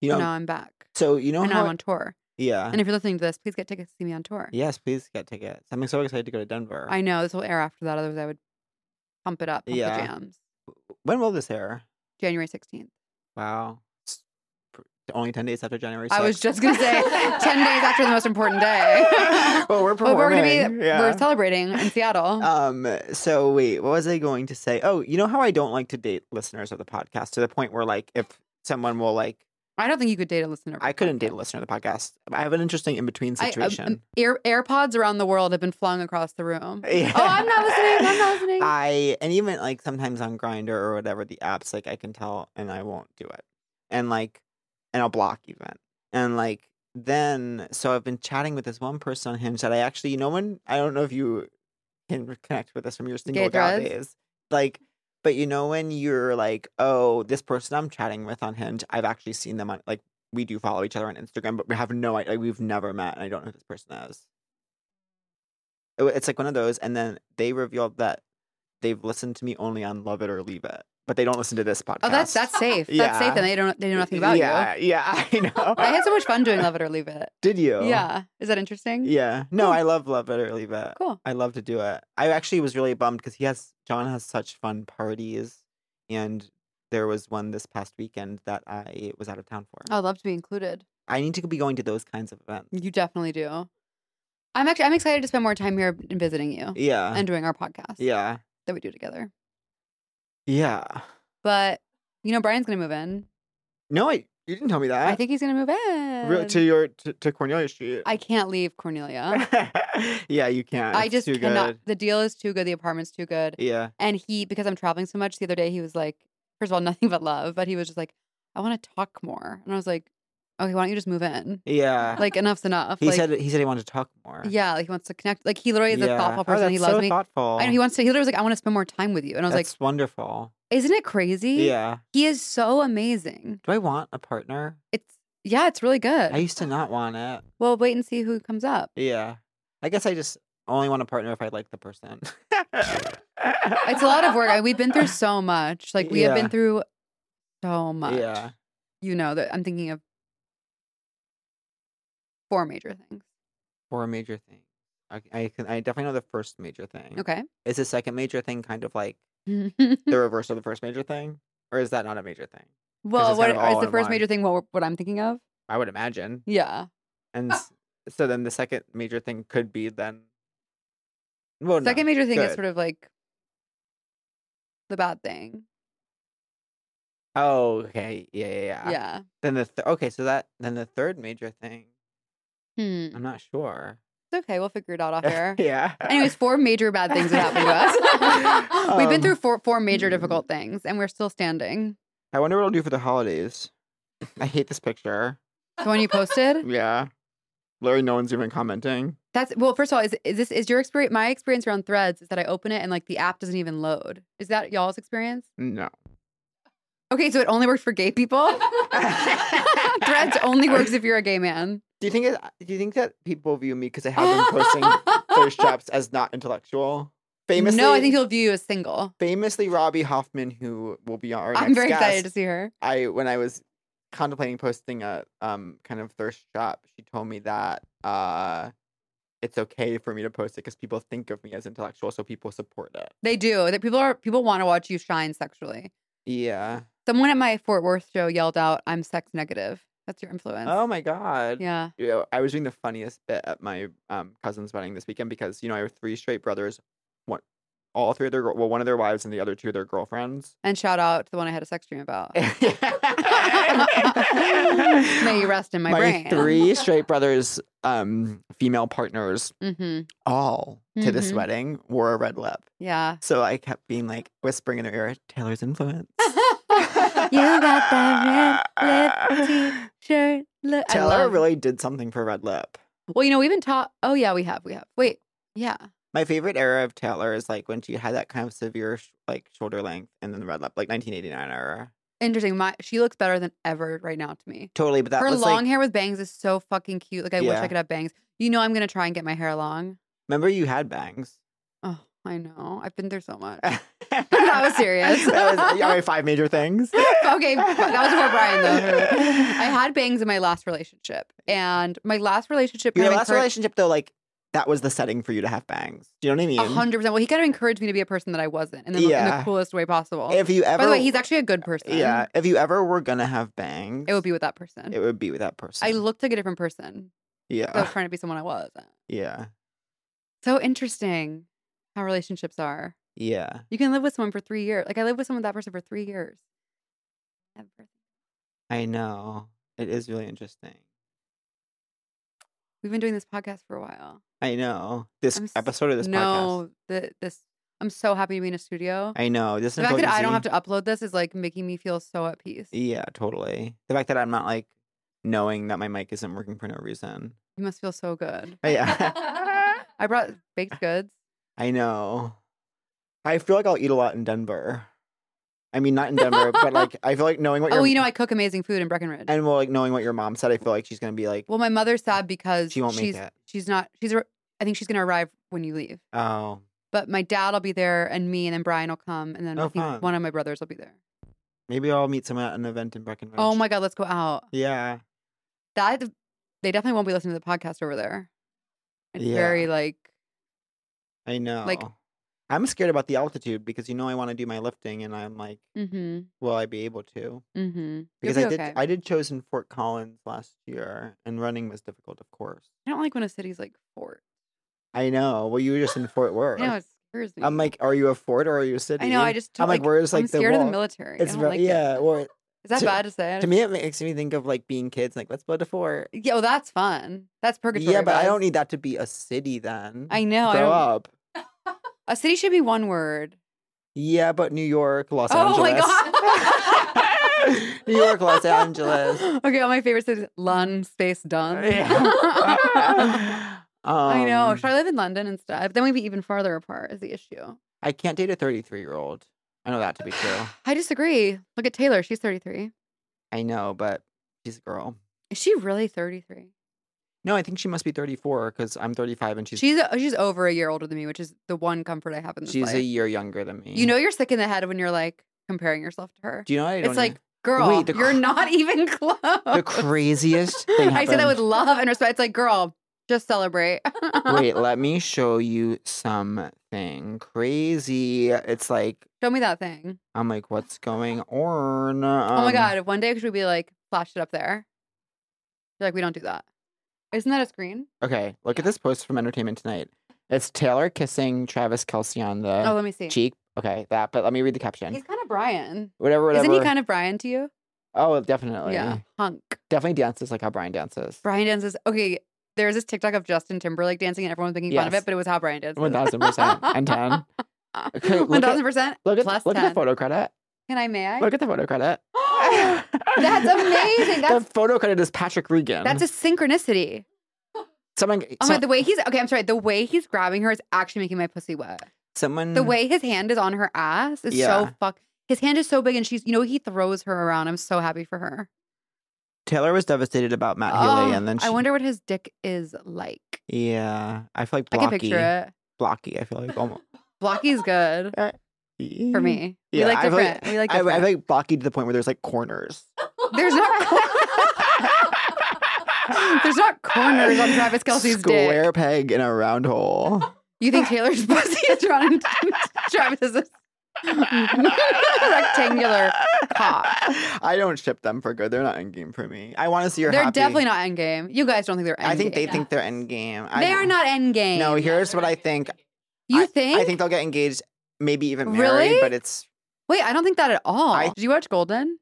[SPEAKER 3] You know,
[SPEAKER 2] now I'm back.
[SPEAKER 3] so you know
[SPEAKER 2] and now
[SPEAKER 3] how,
[SPEAKER 2] I'm on tour.
[SPEAKER 3] yeah.
[SPEAKER 2] And if you're listening to this, please get tickets to see me on tour.
[SPEAKER 3] yes, please get tickets. I'm so excited to go to Denver.
[SPEAKER 2] I know this will air after that, otherwise I would pump it up. Pump
[SPEAKER 3] Yeah.
[SPEAKER 2] the jams.
[SPEAKER 3] when will this air?
[SPEAKER 2] January 16th.
[SPEAKER 3] Wow. It's pr- only 10 days after January 6th.
[SPEAKER 2] I was just gonna say ten days after the most important day.
[SPEAKER 3] well, we're
[SPEAKER 2] But
[SPEAKER 3] performing.
[SPEAKER 2] we're gonna be
[SPEAKER 3] yeah.
[SPEAKER 2] we're celebrating in Seattle.
[SPEAKER 3] um, so wait, what was I going to say? Oh, you know how I don't like to date listeners of the podcast to the point where like if someone will like
[SPEAKER 2] I don't think you could date a listener.
[SPEAKER 3] I couldn't date a listener of the podcast. I have an interesting in between
[SPEAKER 2] I- um,
[SPEAKER 3] situation.
[SPEAKER 2] Air, AirPods around the world have been flung across the room.
[SPEAKER 3] Yeah.
[SPEAKER 2] Oh, I'm not listening. I'm not listening.
[SPEAKER 3] I and even like sometimes on Grinder or whatever the apps, like I can tell and I won't do it, and like, and I'll block even, and like then so I've been chatting with this one person on Hinge that I actually, you know, when I don't know if you can connect with this from your single gal
[SPEAKER 2] threads?
[SPEAKER 3] days, like. But you know when you're like, oh, this person I'm chatting with on Hinge, I've actually seen them on like we do follow each other on Instagram, but we have no idea. Like, we've never met, and I don't know who this person is. It wa- It's like one of those, and then they revealed that they've listened to me only on Love It or Leave It, but they don't listen to this podcast.
[SPEAKER 2] Oh, that's that's safe. That's
[SPEAKER 3] Yeah.
[SPEAKER 2] safe, and they don't they know nothing about you.
[SPEAKER 3] yeah, Yeah, I know.
[SPEAKER 2] I had so much fun doing Love It or Leave It.
[SPEAKER 3] Did you?
[SPEAKER 2] Yeah, is that interesting?
[SPEAKER 3] Oh. Yeah. No, I love Love It or Leave It.
[SPEAKER 2] Cool.
[SPEAKER 3] I love to do it. I actually was really bummed because he has John has such fun parties, and there was one this past weekend that I was out of town for.
[SPEAKER 2] I would love to be included.
[SPEAKER 3] I need to be going to those kinds of events.
[SPEAKER 2] You definitely do. I'm actually I'm excited to spend more time here and visiting you
[SPEAKER 3] Yeah.
[SPEAKER 2] and doing our podcast
[SPEAKER 3] yeah.
[SPEAKER 2] that we do together.
[SPEAKER 3] Yeah.
[SPEAKER 2] But you know, Brian's gonna move in.
[SPEAKER 3] No, I, you didn't tell me that.
[SPEAKER 2] I think he's gonna move in.
[SPEAKER 3] Re- to your to, to Cornelia Street.
[SPEAKER 2] I can't leave Cornelia.
[SPEAKER 3] yeah, you can't.
[SPEAKER 2] I
[SPEAKER 3] It's
[SPEAKER 2] just
[SPEAKER 3] too
[SPEAKER 2] cannot.
[SPEAKER 3] good.
[SPEAKER 2] The deal is too good. The apartment's too good.
[SPEAKER 3] Yeah.
[SPEAKER 2] And he, because I'm traveling so much, the other day he was like, first of all, nothing but love, but he was just like, I want to talk more. And I was like, okay, why don't you just move in?
[SPEAKER 3] Yeah.
[SPEAKER 2] Like, enough's enough.
[SPEAKER 3] he
[SPEAKER 2] like,
[SPEAKER 3] said he said he wanted to talk more.
[SPEAKER 2] yeah, like he wants to connect. Like, he literally is a thoughtful person.
[SPEAKER 3] Oh, that's
[SPEAKER 2] he loves
[SPEAKER 3] so
[SPEAKER 2] me.
[SPEAKER 3] thoughtful.
[SPEAKER 2] I know he wants to, he literally was like, I want to spend more time with you. And I was
[SPEAKER 3] that's wonderful.
[SPEAKER 2] like, isn't it crazy?
[SPEAKER 3] Yeah.
[SPEAKER 2] He is so amazing.
[SPEAKER 3] Do I want a partner?
[SPEAKER 2] It's, yeah, it's really good.
[SPEAKER 3] I used to not want it.
[SPEAKER 2] well, wait and see who comes up.
[SPEAKER 3] Yeah. I guess I just only want a partner if I like the person.
[SPEAKER 2] It's a lot of work. I, we've been through so much. Like, we have
[SPEAKER 3] Yeah.
[SPEAKER 2] been through so much.
[SPEAKER 3] Yeah.
[SPEAKER 2] you know that I'm thinking of four major things.
[SPEAKER 3] Four major things. I, I can. I definitely know the first major thing.
[SPEAKER 2] Okay. Hmm.
[SPEAKER 3] Is the second major thing kind of like the
[SPEAKER 2] well,
[SPEAKER 3] reverse of the first major thing, or is that not a major thing? it's
[SPEAKER 2] what
[SPEAKER 3] kind of
[SPEAKER 2] is
[SPEAKER 3] all
[SPEAKER 2] the
[SPEAKER 3] in
[SPEAKER 2] first
[SPEAKER 3] one.
[SPEAKER 2] major thing? What we're- what I'm thinking of?
[SPEAKER 3] I would imagine.
[SPEAKER 2] Yeah.
[SPEAKER 3] And
[SPEAKER 2] Ah.
[SPEAKER 3] s- so then the second major thing could be then. Well, no.
[SPEAKER 2] Second major thing is
[SPEAKER 3] good.
[SPEAKER 2] sort of like the bad thing.
[SPEAKER 3] Oh, okay. Yeah, yeah, yeah.
[SPEAKER 2] Yeah.
[SPEAKER 3] Then the th- okay. So that then the third major thing.
[SPEAKER 2] Hmm.
[SPEAKER 3] I'm not sure.
[SPEAKER 2] It's okay. We'll figure it out off air.
[SPEAKER 3] yeah.
[SPEAKER 2] Anyways, four major bad things that happened to us. We've been
[SPEAKER 3] Um,
[SPEAKER 2] through four four major
[SPEAKER 3] hmm.
[SPEAKER 2] difficult things, and we're still standing.
[SPEAKER 3] I wonder what I'll do for the holidays. I hate this picture.
[SPEAKER 2] The one you posted.
[SPEAKER 3] Yeah. Larry, no one's even commenting.
[SPEAKER 2] That's well. First of all, is, is this is your experience? My experience around Threads is that I open it and like the app doesn't even load. Is that y'all's experience?
[SPEAKER 3] No.
[SPEAKER 2] Okay, so it only works for gay people. Threads only works if you're a gay man.
[SPEAKER 3] Do you think it, do you think that people view me because I have been posting thirst traps as not intellectual? Famously,
[SPEAKER 2] no, I think he'll view you as single.
[SPEAKER 3] famously Robbie Hoffman, who will be on our
[SPEAKER 2] I'm
[SPEAKER 3] next
[SPEAKER 2] very
[SPEAKER 3] guest,
[SPEAKER 2] excited to see her.
[SPEAKER 3] I when I was contemplating posting a um kind of thirst trap, she told me that uh it's okay for me to post it because people think of me as intellectual, so people support it.
[SPEAKER 2] They do. That people are people want to watch you shine sexually.
[SPEAKER 3] Yeah.
[SPEAKER 2] Someone at my Fort Worth show yelled out, "I'm sex negative." That's your influence.
[SPEAKER 3] Oh my god.
[SPEAKER 2] yeah.
[SPEAKER 3] you know, I was doing the funniest bit at my um, cousin's wedding this weekend because you know I have three straight brothers, one, all three of their gir- well, one of their wives and the other two of their girlfriends.
[SPEAKER 2] And shout out to the one I had a sex dream about. May you
[SPEAKER 3] my
[SPEAKER 2] rest in my, brain.
[SPEAKER 3] three straight brothers, um, female partners,
[SPEAKER 2] Mm-hmm.
[SPEAKER 3] all to this
[SPEAKER 2] Mhm.
[SPEAKER 3] wedding wore a red lip.
[SPEAKER 2] Yeah.
[SPEAKER 3] So I kept being like whispering in their ear, Taylor's influence.
[SPEAKER 2] got that red lip tea. Sure. Look, I
[SPEAKER 3] Taylor
[SPEAKER 2] love-
[SPEAKER 3] really did something for red lip.
[SPEAKER 2] Well, you know, we've been taught. Oh yeah, we have. We have. Wait. Yeah.
[SPEAKER 3] My favorite era of Taylor is like when she had that kind of severe sh- like shoulder length and then the red lip, like 1989 era.
[SPEAKER 2] Interesting. My she looks better than ever right now to me.
[SPEAKER 3] Totally, but that
[SPEAKER 2] Her
[SPEAKER 3] was
[SPEAKER 2] long
[SPEAKER 3] like,
[SPEAKER 2] hair with bangs is so fucking cute. Like I wish I
[SPEAKER 3] Yeah.
[SPEAKER 2] could have bangs. You know I'm gonna try and get my hair long.
[SPEAKER 3] Remember, you had bangs.
[SPEAKER 2] Oh, I know. I've been through so much. that was serious.
[SPEAKER 3] That was yeah, my five major things.
[SPEAKER 2] okay, but that was before Brian though. I had bangs in my last relationship, and my last relationship.
[SPEAKER 3] Your
[SPEAKER 2] kind of
[SPEAKER 3] last
[SPEAKER 2] encouraged-
[SPEAKER 3] relationship, though, like that was the setting for you to have bangs. Do you know what I mean?
[SPEAKER 2] A hundred percent. Well, he kind of encouraged me to be a person that I wasn't, and then in the
[SPEAKER 3] Yeah.
[SPEAKER 2] coolest way possible.
[SPEAKER 3] If you ever,
[SPEAKER 2] By the way, he's actually a good person.
[SPEAKER 3] yeah. If you ever were gonna have bangs,
[SPEAKER 2] it would be with that person.
[SPEAKER 3] it would be with that person.
[SPEAKER 2] I looked like a different person. I was
[SPEAKER 3] yeah,
[SPEAKER 2] trying to be someone I wasn't.
[SPEAKER 3] yeah,
[SPEAKER 2] So interesting how relationships are.
[SPEAKER 3] yeah.
[SPEAKER 2] You can live with someone for three years. Like I lived with someone that person for three years. Never.
[SPEAKER 3] I know it is really interesting.
[SPEAKER 2] We've been doing this podcast for a while.
[SPEAKER 3] I know this
[SPEAKER 2] I'm s-
[SPEAKER 3] episode of this
[SPEAKER 2] no, the, this. I'm so happy to be in a studio.
[SPEAKER 3] podcast. I know this.
[SPEAKER 2] the
[SPEAKER 3] is
[SPEAKER 2] fact
[SPEAKER 3] so
[SPEAKER 2] that I don't
[SPEAKER 3] easy.
[SPEAKER 2] have to upload this is like making me feel so at peace.
[SPEAKER 3] Yeah, totally. The fact that I'm not like knowing that my mic isn't working for no reason.
[SPEAKER 2] You must feel so good.
[SPEAKER 3] But yeah,
[SPEAKER 2] I brought baked goods.
[SPEAKER 3] I know. I feel like I'll eat a lot in Denver. I mean, not in Denver, but like I feel like knowing what.
[SPEAKER 2] Oh,
[SPEAKER 3] your-
[SPEAKER 2] you know, I cook amazing food in Breckenridge.
[SPEAKER 3] and well, like knowing what your mom said, I feel like she's gonna be like,
[SPEAKER 2] well, my mother's sad because
[SPEAKER 3] She won't make
[SPEAKER 2] she's
[SPEAKER 3] it.
[SPEAKER 2] she's not she's ar- I think she's gonna arrive when you leave.
[SPEAKER 3] "Oh,
[SPEAKER 2] But my dad will be there, and me, and then Brian will come, and then
[SPEAKER 3] Oh,
[SPEAKER 2] I think
[SPEAKER 3] fun.
[SPEAKER 2] one of my brothers will be there.
[SPEAKER 3] maybe I'll meet someone at an event in Breckenridge."
[SPEAKER 2] Oh my god, let's go out.
[SPEAKER 3] Yeah,
[SPEAKER 2] That they definitely won't be listening to the podcast over there. It's
[SPEAKER 3] Yeah.
[SPEAKER 2] very like
[SPEAKER 3] I know. I'm scared about the altitude because you know I want to do my lifting, and I'm like,
[SPEAKER 2] mm-hmm.
[SPEAKER 3] will I be able to?
[SPEAKER 2] Mm-hmm.
[SPEAKER 3] Because
[SPEAKER 2] You'll
[SPEAKER 3] I
[SPEAKER 2] be
[SPEAKER 3] did,
[SPEAKER 2] okay.
[SPEAKER 3] I did shows in Fort Collins last year, and running was difficult, of course.
[SPEAKER 2] I don't like when a city's like fort.
[SPEAKER 3] I know. Well, you were just in Fort Worth.
[SPEAKER 2] I know it scares me.
[SPEAKER 3] I'm like, are you a fort or are you a city?
[SPEAKER 2] I know. I just don't
[SPEAKER 3] I'm like, where's like
[SPEAKER 2] I'm scared
[SPEAKER 3] the
[SPEAKER 2] of
[SPEAKER 3] wall?
[SPEAKER 2] the military.
[SPEAKER 3] It's
[SPEAKER 2] I don't
[SPEAKER 3] very
[SPEAKER 2] like it.
[SPEAKER 3] yeah. Or
[SPEAKER 2] Is that
[SPEAKER 3] to-
[SPEAKER 2] bad to say? I
[SPEAKER 3] to
[SPEAKER 2] don't-
[SPEAKER 3] me, it makes me think of like being kids. Like, let's build a fort.
[SPEAKER 2] yeah, well, that's fun. That's purgatory.
[SPEAKER 3] Yeah, but I
[SPEAKER 2] vibes.
[SPEAKER 3] don't need that to be a city. Then
[SPEAKER 2] I know. I
[SPEAKER 3] grow
[SPEAKER 2] don't-
[SPEAKER 3] up.
[SPEAKER 2] A city should be one word.
[SPEAKER 3] Yeah, but New York, Los
[SPEAKER 2] Oh my
[SPEAKER 3] Angeles.
[SPEAKER 2] God.
[SPEAKER 3] New York, Los Angeles.
[SPEAKER 2] okay, all my favorite cities: London, space, done.
[SPEAKER 3] Yeah.
[SPEAKER 2] I know.
[SPEAKER 3] Um,
[SPEAKER 2] Should I live in London instead? But Then we'd be even farther apart. Is the issue?
[SPEAKER 3] I can't date a 33 year old. I know that to be true.
[SPEAKER 2] I disagree. Look at Taylor. She's thirty three.
[SPEAKER 3] I know, but she's a girl.
[SPEAKER 2] Is she really thirty three?
[SPEAKER 3] No, I think she must be 34 because I'm 35 and she's
[SPEAKER 2] She's uh, she's over a year older than me, which is the one comfort I have in this
[SPEAKER 3] she's
[SPEAKER 2] life.
[SPEAKER 3] a year younger than me.
[SPEAKER 2] you know, you're sick in the head when you're like comparing yourself to her.
[SPEAKER 3] Do you know? What I
[SPEAKER 2] It's
[SPEAKER 3] don't
[SPEAKER 2] like, Girl,
[SPEAKER 3] Wait, the
[SPEAKER 2] you're
[SPEAKER 3] cr-
[SPEAKER 2] not even close.
[SPEAKER 3] know? the craziest thing.
[SPEAKER 2] I say that with
[SPEAKER 3] happened.
[SPEAKER 2] love and respect. It's like, girl, just celebrate.
[SPEAKER 3] Wait, let me show you something crazy. It's like
[SPEAKER 2] Show me that thing.
[SPEAKER 3] I'm like, what's going on?
[SPEAKER 2] oh my
[SPEAKER 3] Um,
[SPEAKER 2] god, if one day should we be like flash it up there? You're like, we don't do that. Isn't that a screen?
[SPEAKER 3] Okay, look at this post from Entertainment Tonight. It's Taylor kissing Travis Kelsey on the
[SPEAKER 2] oh, let me see.
[SPEAKER 3] cheek. Okay, that. But let me read the caption.
[SPEAKER 2] He's kind of Brian.
[SPEAKER 3] whatever, whatever.
[SPEAKER 2] Isn't he kind of Brian to you?
[SPEAKER 3] Oh, definitely.
[SPEAKER 2] Yeah, hunk.
[SPEAKER 3] Definitely dances like how Brian dances.
[SPEAKER 2] Brian dances. Okay, there's this TikTok of Justin Timberlake dancing, and everyone's making fun of
[SPEAKER 3] Yes.
[SPEAKER 2] it, but it was how Brian dances.
[SPEAKER 3] One thousand percent and ten. Okay,
[SPEAKER 2] One
[SPEAKER 3] look at-
[SPEAKER 2] thousand percent.
[SPEAKER 3] Look at
[SPEAKER 2] plus
[SPEAKER 3] look
[SPEAKER 2] ten.
[SPEAKER 3] at the photo credit.
[SPEAKER 2] Can I? May I?
[SPEAKER 3] Look at the photo credit.
[SPEAKER 2] That's amazing. That's-
[SPEAKER 3] the photo credit is Patrick Regan.
[SPEAKER 2] That's a synchronicity.
[SPEAKER 3] someone.
[SPEAKER 2] Oh
[SPEAKER 3] so-
[SPEAKER 2] my, the way he's okay, I'm sorry. The way he's grabbing her is actually making my pussy wet.
[SPEAKER 3] someone.
[SPEAKER 2] The way his hand is on her ass is
[SPEAKER 3] Mm.
[SPEAKER 2] so
[SPEAKER 3] Yeah.
[SPEAKER 2] fuck. His hand is so big, and she's you know he throws her around. I'm so happy for her.
[SPEAKER 3] Taylor was devastated about Matt Healy,
[SPEAKER 2] Oh,
[SPEAKER 3] and then she,
[SPEAKER 2] I wonder what his dick is like.
[SPEAKER 3] Yeah, I feel like
[SPEAKER 2] I
[SPEAKER 3] blocky.
[SPEAKER 2] can picture it.
[SPEAKER 3] Blocky. I feel like almost
[SPEAKER 2] Blocky's good for me.
[SPEAKER 3] Yeah,
[SPEAKER 2] we like
[SPEAKER 3] I feel
[SPEAKER 2] different. we like
[SPEAKER 3] I, I
[SPEAKER 2] different.
[SPEAKER 3] feel like blocky to the point where there's like corners.
[SPEAKER 2] There's not. There's not corners on Travis Kelsey's
[SPEAKER 3] Square
[SPEAKER 2] dick.
[SPEAKER 3] peg in a round hole.
[SPEAKER 2] You think Taylor's pussy is round? and Travis's is rectangular cock.
[SPEAKER 3] I don't ship them for good. They're not in game for me. I want to see your.
[SPEAKER 2] They're definitely not endgame. You guys don't think they're endgame.
[SPEAKER 3] I think they think they're in game.
[SPEAKER 2] they are not endgame.
[SPEAKER 3] No, here's what I think.
[SPEAKER 2] you
[SPEAKER 3] I-
[SPEAKER 2] think?
[SPEAKER 3] I think they'll get engaged, maybe even married.
[SPEAKER 2] Really?
[SPEAKER 3] But it's.
[SPEAKER 2] Wait, I don't think that at all.
[SPEAKER 3] I-
[SPEAKER 2] Did you watch Golden?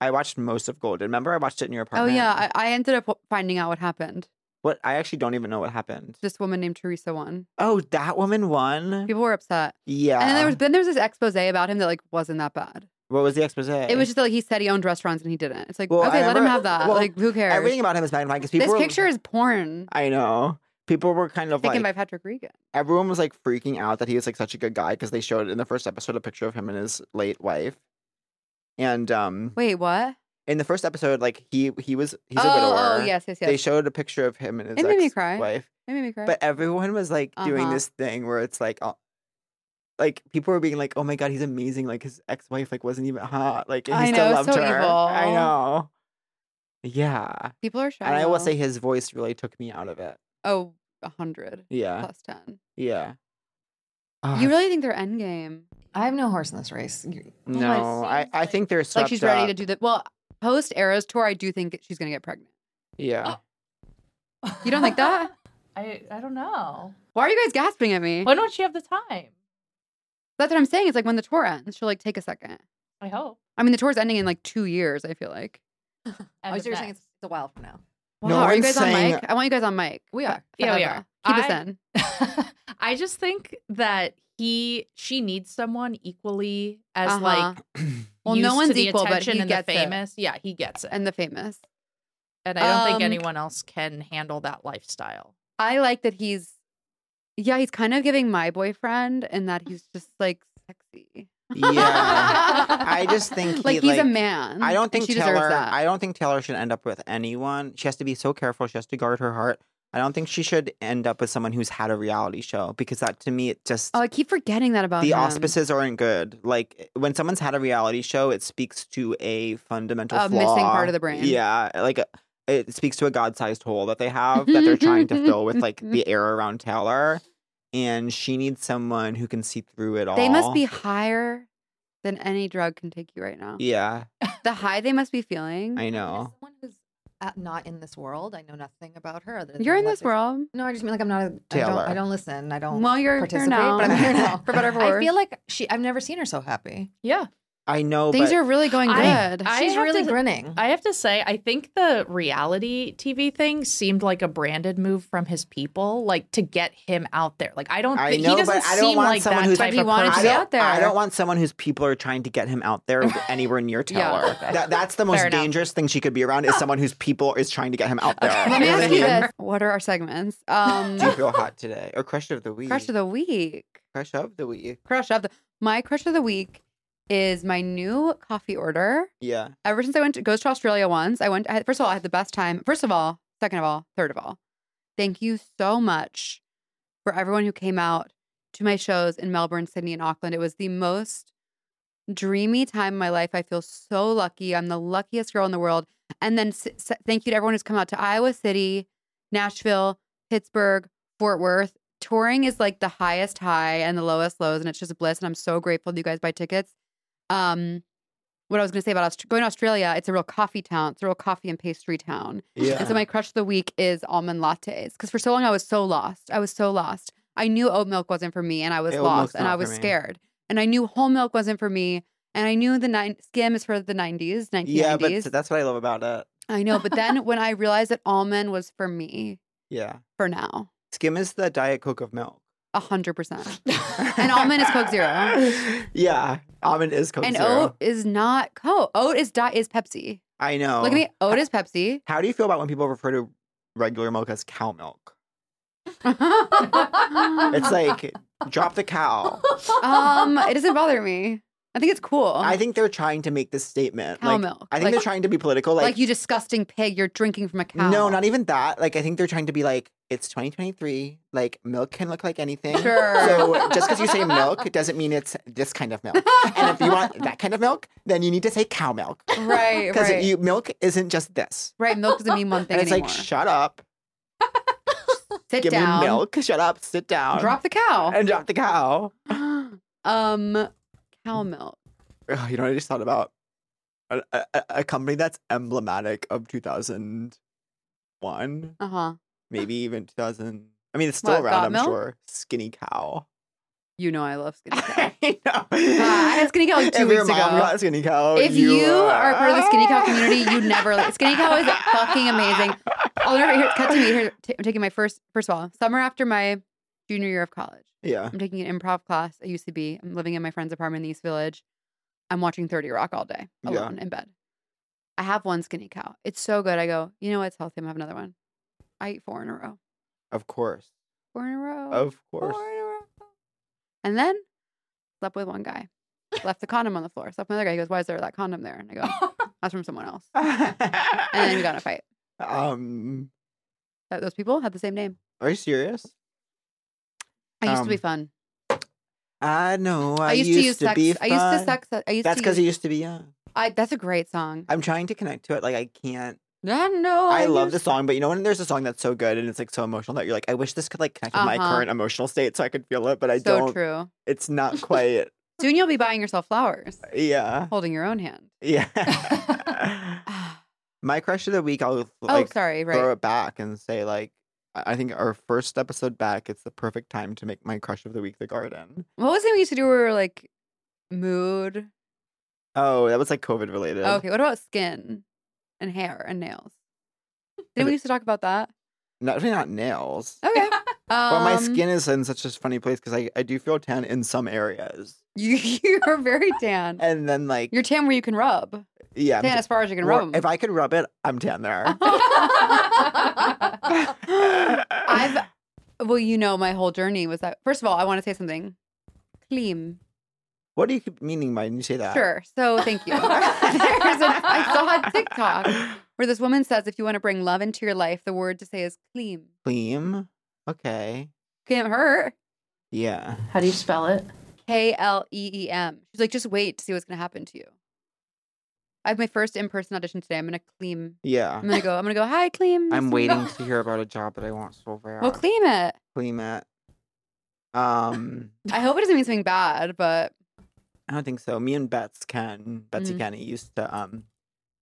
[SPEAKER 3] I watched most of Golden. Remember, I watched it in your
[SPEAKER 2] Oh
[SPEAKER 3] apartment.
[SPEAKER 2] yeah, I, I ended up w- finding out what happened.
[SPEAKER 3] what? I actually don't even know what happened.
[SPEAKER 2] This woman named Teresa won.
[SPEAKER 3] Oh, that woman won.
[SPEAKER 2] People were upset,
[SPEAKER 3] Yeah.
[SPEAKER 2] and then there was then there was this expose about him that like wasn't that bad.
[SPEAKER 3] What was the expose?
[SPEAKER 2] It was just that, like he said he owned restaurants and he didn't. It's like
[SPEAKER 3] Well, I
[SPEAKER 2] okay, let him
[SPEAKER 3] remember-
[SPEAKER 2] have that.
[SPEAKER 3] well,
[SPEAKER 2] like who cares?
[SPEAKER 3] Everything about him is magnified because people.
[SPEAKER 2] this
[SPEAKER 3] were-
[SPEAKER 2] picture is porn
[SPEAKER 3] I know. People were kind of
[SPEAKER 2] taken
[SPEAKER 3] like
[SPEAKER 2] by Patrick Regan.
[SPEAKER 3] everyone was like freaking out that he was like such a good guy because they showed in the first episode a picture of him and his late wife. And um
[SPEAKER 2] Wait, what?
[SPEAKER 3] in the first episode, like he he was he's a
[SPEAKER 2] oh,
[SPEAKER 3] widower.
[SPEAKER 2] oh yes, yes, yes.
[SPEAKER 3] They showed a picture of him and his
[SPEAKER 2] It made me cry.
[SPEAKER 3] ex-wife.
[SPEAKER 2] It made me cry.
[SPEAKER 3] But everyone was like doing
[SPEAKER 2] Uh-huh.
[SPEAKER 3] this thing where it's like, oh, like people were being like, "Oh my god, he's amazing!" Like his ex-wife like wasn't even hot. Like and
[SPEAKER 2] I
[SPEAKER 3] he still
[SPEAKER 2] know,
[SPEAKER 3] loved
[SPEAKER 2] so
[SPEAKER 3] her. I
[SPEAKER 2] evil.
[SPEAKER 3] know. Yeah,
[SPEAKER 2] People are shy.
[SPEAKER 3] and I will
[SPEAKER 2] now.
[SPEAKER 3] say his voice really took me out of it.
[SPEAKER 2] oh, a hundred
[SPEAKER 3] Yeah,
[SPEAKER 2] plus ten.
[SPEAKER 3] yeah. Ah,
[SPEAKER 2] You really think they're end game?
[SPEAKER 7] I have no horse in this race.
[SPEAKER 3] no, I, I think they're
[SPEAKER 2] Like
[SPEAKER 3] swept
[SPEAKER 2] she's ready
[SPEAKER 3] up.
[SPEAKER 2] to do that. Well, post Eras tour, I do think she's gonna get pregnant.
[SPEAKER 3] Yeah,
[SPEAKER 2] You don't think that?
[SPEAKER 7] I I don't know.
[SPEAKER 2] Why are you guys gasping at me?
[SPEAKER 7] Why don't she have the time?
[SPEAKER 2] That's what I'm saying. It's like when the tour ends, she'll like take a second.
[SPEAKER 7] I hope.
[SPEAKER 2] I mean, the tour's ending in like two years. I feel like.
[SPEAKER 7] As
[SPEAKER 8] Oh,
[SPEAKER 7] of
[SPEAKER 8] so you're saying
[SPEAKER 7] next.
[SPEAKER 8] it's, it's a while from now.
[SPEAKER 3] No
[SPEAKER 2] Wow, are you
[SPEAKER 3] one's
[SPEAKER 2] guys
[SPEAKER 3] saying-
[SPEAKER 2] on mic? I want you guys on mic.
[SPEAKER 8] We are.
[SPEAKER 7] Yeah,
[SPEAKER 2] Forever.
[SPEAKER 7] we are.
[SPEAKER 2] Keep us
[SPEAKER 8] I-
[SPEAKER 2] in.
[SPEAKER 8] I just think that he she needs someone equally as
[SPEAKER 2] Uh-huh.
[SPEAKER 8] like
[SPEAKER 2] Well,
[SPEAKER 8] used
[SPEAKER 2] no
[SPEAKER 8] to
[SPEAKER 2] one's
[SPEAKER 8] the
[SPEAKER 2] equal, but
[SPEAKER 8] attention
[SPEAKER 2] he
[SPEAKER 8] and
[SPEAKER 2] gets
[SPEAKER 8] the
[SPEAKER 2] it.
[SPEAKER 8] famous. Yeah, he gets it, and,
[SPEAKER 2] and the famous.
[SPEAKER 8] I don't
[SPEAKER 2] um,
[SPEAKER 8] think anyone else can handle that lifestyle.
[SPEAKER 2] I like that he's. Yeah, he's kind of giving my boyfriend, and that he's just like sexy.
[SPEAKER 3] yeah. I just think he,
[SPEAKER 2] like he's a
[SPEAKER 3] like-
[SPEAKER 2] man.
[SPEAKER 3] I don't
[SPEAKER 2] Mm, and
[SPEAKER 3] think
[SPEAKER 2] she deserves
[SPEAKER 3] Taylor.
[SPEAKER 2] that.
[SPEAKER 3] I don't think Taylor should end up with anyone. She has to be so careful. She has to guard her heart. I don't think she should end up with someone who's had a reality show because that to me it just
[SPEAKER 2] Oh, I keep forgetting that about
[SPEAKER 3] the
[SPEAKER 2] him.
[SPEAKER 3] auspices aren't good. Like when someone's had a reality show, it speaks to a fundamental
[SPEAKER 2] A
[SPEAKER 3] flaw.
[SPEAKER 2] missing part of the brain.
[SPEAKER 3] Yeah, like a, it speaks to a god-sized hole that they have that they're trying to fill with like the air around Taylor, and she needs someone who can see through it all.
[SPEAKER 2] They must be higher than any drug can take you right now.
[SPEAKER 3] Yeah,
[SPEAKER 2] The high they must be feeling.
[SPEAKER 3] I
[SPEAKER 8] As
[SPEAKER 3] know.
[SPEAKER 8] someone who's-
[SPEAKER 7] Uh, not in this world. I know nothing about her. Other than
[SPEAKER 2] You're in
[SPEAKER 7] what
[SPEAKER 2] this
[SPEAKER 7] they-
[SPEAKER 2] world.
[SPEAKER 7] No, I just mean like I'm not. A, I don't.
[SPEAKER 3] Taylor.
[SPEAKER 7] I don't listen. I don't.
[SPEAKER 2] Well, you're here
[SPEAKER 7] participate,
[SPEAKER 2] now.
[SPEAKER 7] but I'm here now.
[SPEAKER 2] for better or for
[SPEAKER 7] I
[SPEAKER 2] worse.
[SPEAKER 7] feel like she. I've never seen her so happy.
[SPEAKER 8] Yeah,
[SPEAKER 3] I know.
[SPEAKER 2] things
[SPEAKER 3] but
[SPEAKER 2] are really going good.
[SPEAKER 8] I- I-
[SPEAKER 7] She's
[SPEAKER 8] have
[SPEAKER 7] really
[SPEAKER 8] to-
[SPEAKER 7] grinning.
[SPEAKER 8] I have to say, I think the reality TV thing seemed like a branded move from his people, like to get him out there. Like I don't,
[SPEAKER 3] I
[SPEAKER 8] think
[SPEAKER 3] know,
[SPEAKER 8] he doesn't
[SPEAKER 3] but I don't
[SPEAKER 8] seem
[SPEAKER 3] want
[SPEAKER 8] like
[SPEAKER 3] someone
[SPEAKER 8] that
[SPEAKER 3] who's-
[SPEAKER 8] type
[SPEAKER 2] But he
[SPEAKER 8] of
[SPEAKER 2] wanted
[SPEAKER 3] I
[SPEAKER 2] to
[SPEAKER 8] person.
[SPEAKER 2] be
[SPEAKER 3] don't-
[SPEAKER 2] out there.
[SPEAKER 3] I don't want someone whose people are trying to get him out there anywhere near Taylor.
[SPEAKER 8] okay.
[SPEAKER 3] that, that's the
[SPEAKER 8] Fair
[SPEAKER 3] most
[SPEAKER 8] enough.
[SPEAKER 3] dangerous thing she could be around is someone whose people is trying to get him out there.
[SPEAKER 2] Let me
[SPEAKER 3] You know what
[SPEAKER 2] ask
[SPEAKER 3] I
[SPEAKER 2] you
[SPEAKER 3] mean?
[SPEAKER 2] this: What are our segments? Um,
[SPEAKER 3] Do you feel hot today? Or crush of the week?
[SPEAKER 2] crush of the week.
[SPEAKER 3] crush of the week.
[SPEAKER 2] Crush of the my crush of the week is my new coffee order.
[SPEAKER 3] Yeah.
[SPEAKER 2] Ever since I went to goes to Australia once, I went. I had, first of all, I had the best time. First of all, second of all, third of all, thank you so much for everyone who came out to my shows in Melbourne, Sydney, and Auckland. It was the most dreamy time of my life. I feel so lucky. I'm the luckiest girl in the world. And then s- s- thank you to everyone who's come out to Iowa City, Nashville, Pittsburgh, Fort Worth. Touring is like the highest high and the lowest lows, and it's just bliss. And I'm so grateful that you guys buy tickets. Um, what I was going to say about Aust- going to Australia, it's a real coffee town. It's a real coffee and pastry town.
[SPEAKER 3] Yeah.
[SPEAKER 2] And so my crush of the week is almond lattes because for so long I was so lost. I was so lost. I knew oat milk wasn't for me, and I was
[SPEAKER 3] Yeah, oat milk's
[SPEAKER 2] lost, and
[SPEAKER 3] not
[SPEAKER 2] I
[SPEAKER 3] for
[SPEAKER 2] was
[SPEAKER 3] me.
[SPEAKER 2] scared, and I knew whole milk wasn't for me, and I knew the nine skim is for the nineties, nineteen
[SPEAKER 3] yeah,
[SPEAKER 2] nineties.
[SPEAKER 3] but that's what I love about it.
[SPEAKER 2] I know, but then when I realized that almond was for me
[SPEAKER 3] Yeah.
[SPEAKER 2] for now,
[SPEAKER 3] Skim is the Diet Coke of milk.
[SPEAKER 2] a hundred percent, And almond is Coke Zero.
[SPEAKER 3] yeah. Almond is Coke
[SPEAKER 2] and
[SPEAKER 3] Zero.
[SPEAKER 2] oat is not Coke. Oat is di- is Pepsi.
[SPEAKER 3] I know.
[SPEAKER 2] Look at me, oat is Pepsi.
[SPEAKER 3] How do you feel about when people refer to regular milk as cow milk? It's
[SPEAKER 2] it's
[SPEAKER 3] like, drop the cow.
[SPEAKER 2] um, it doesn't bother me. I think it's cool.
[SPEAKER 3] I think they're trying to make this statement.
[SPEAKER 2] Oh. Cow
[SPEAKER 3] like,
[SPEAKER 2] milk.
[SPEAKER 3] I think
[SPEAKER 2] Like-
[SPEAKER 3] they're trying to be political.
[SPEAKER 2] like,
[SPEAKER 3] Like,
[SPEAKER 2] you disgusting pig. You're drinking from a cow.
[SPEAKER 3] No, not even that. Like, I think they're trying to be like, it's 2023. Like, milk can look like anything.
[SPEAKER 2] Sure.
[SPEAKER 3] So just because you say milk it doesn't mean it's this kind of milk. And if you want that kind of milk, then you need to say cow milk
[SPEAKER 2] right,
[SPEAKER 3] because
[SPEAKER 2] right,
[SPEAKER 3] you milk isn't just this.
[SPEAKER 2] right. Milk doesn't mean one thing
[SPEAKER 3] and it's
[SPEAKER 2] anymore.
[SPEAKER 3] like, shut up,
[SPEAKER 2] Sit
[SPEAKER 3] give
[SPEAKER 2] down.
[SPEAKER 3] me milk. Shut up, sit down,
[SPEAKER 2] Drop the cow.
[SPEAKER 3] and drop the cow.
[SPEAKER 2] um, cow milk.
[SPEAKER 3] Ugh, you know what I just thought about a, a, a- a company that's emblematic of 2001,
[SPEAKER 2] Uh huh.
[SPEAKER 3] maybe even 2000. I mean, it's still
[SPEAKER 2] What,
[SPEAKER 3] around,
[SPEAKER 2] Got
[SPEAKER 3] I'm
[SPEAKER 2] Milk?
[SPEAKER 3] sure. Skinny cow.
[SPEAKER 2] You know I love skinny cow.
[SPEAKER 3] I know.
[SPEAKER 2] I had Skinny Cow, like, two
[SPEAKER 3] if your
[SPEAKER 2] weeks
[SPEAKER 3] mom
[SPEAKER 2] ago.
[SPEAKER 3] got Skinny Cow.
[SPEAKER 2] if you, are part of the skinny cow community, you never skinny cow is fucking amazing. I'll never here, cut to me. Here, t- I'm taking my first. First of all, summer after my junior year of college,
[SPEAKER 3] Yeah.
[SPEAKER 2] I'm taking an improv class at UCB. I'm living in my friend's apartment in the East Village. I'm watching 30 Rock all day
[SPEAKER 3] Yeah.
[SPEAKER 2] alone in bed. I have one skinny cow. It's so good. I go, you know what's healthy? I'm gonna have another one. I eat four in a row.
[SPEAKER 3] Of course.
[SPEAKER 2] Four in a row.
[SPEAKER 3] Of
[SPEAKER 2] four
[SPEAKER 3] course.
[SPEAKER 2] in a row. And then slept with one guy. Left the condom on the floor. Slept with another guy. He goes, why is there that condom there? And I go, that's from someone else. and then we got in a fight.
[SPEAKER 3] Um,
[SPEAKER 2] That, those people had the same name.
[SPEAKER 3] are you serious?
[SPEAKER 2] I used to be
[SPEAKER 3] Um,
[SPEAKER 2] fun.
[SPEAKER 3] I know. I,
[SPEAKER 2] I used to use sex-
[SPEAKER 3] be.
[SPEAKER 2] I used to
[SPEAKER 3] fine.
[SPEAKER 2] sex- I used
[SPEAKER 3] That's
[SPEAKER 2] to
[SPEAKER 3] because it
[SPEAKER 2] use-
[SPEAKER 3] used to be young.
[SPEAKER 2] I, that's a great song.
[SPEAKER 3] I'm trying to connect to it. Like I can't.
[SPEAKER 2] Oh, I know.
[SPEAKER 3] I love
[SPEAKER 2] used-
[SPEAKER 3] the song, but you know when there's a song that's so good and it's like so emotional that you're like, I wish this could like connect with my
[SPEAKER 2] Uh-huh.
[SPEAKER 3] current emotional state so I could feel it, but I
[SPEAKER 2] So
[SPEAKER 3] don't.
[SPEAKER 2] true.
[SPEAKER 3] It's not quite.
[SPEAKER 2] Soon you'll be buying yourself flowers,
[SPEAKER 3] yeah.
[SPEAKER 2] holding your own hand.
[SPEAKER 3] Yeah. my crush of the week, I'll like,
[SPEAKER 2] Oh, sorry, right.
[SPEAKER 3] throw it back and say like, I I think our first episode back, it's the perfect time to make my crush of the week the garden.
[SPEAKER 2] What was it we used to do where we were like mood?
[SPEAKER 3] Oh, that was like COVID related.
[SPEAKER 2] Okay, what about skin and hair and nails? Didn't we used to talk about that?
[SPEAKER 3] No, definitely not nails.
[SPEAKER 2] Okay. Um,
[SPEAKER 3] but my skin is in such a funny place because I, I do feel tan in some areas.
[SPEAKER 2] You you are very tan.
[SPEAKER 3] And then like
[SPEAKER 2] You're tan where you can rub.
[SPEAKER 3] yeah, I'm
[SPEAKER 2] tan
[SPEAKER 3] ta-
[SPEAKER 2] as far as you can
[SPEAKER 3] Or
[SPEAKER 2] rub 'em.
[SPEAKER 3] If I could rub it, I'm tan there.
[SPEAKER 2] Uh-huh. I've well, you know, my whole journey was that. First of all, I want to say something. Clean.
[SPEAKER 3] what do you keep meaning by when you say that?
[SPEAKER 2] Sure. So thank you. There's a, I saw on TikTok where this woman says, if you want to bring love into your life, the word to say is clean.
[SPEAKER 3] Clean. Okay.
[SPEAKER 2] Can't hurt.
[SPEAKER 3] Yeah.
[SPEAKER 8] How do you spell it?
[SPEAKER 2] K L E E M. She's like, just wait to see what's gonna happen to you. I have my first in person audition today. I'm gonna clean.
[SPEAKER 3] Yeah.
[SPEAKER 2] I'm gonna go. I'm gonna go. Hi, clean.
[SPEAKER 3] I'm waiting to hear about a job that I want so bad.
[SPEAKER 2] Well, clean it.
[SPEAKER 3] Clean it. Um,
[SPEAKER 2] I hope it doesn't mean something bad, but
[SPEAKER 3] I don't think so. Me and Bets can Betsy
[SPEAKER 2] Mhm.
[SPEAKER 3] Kenny used to um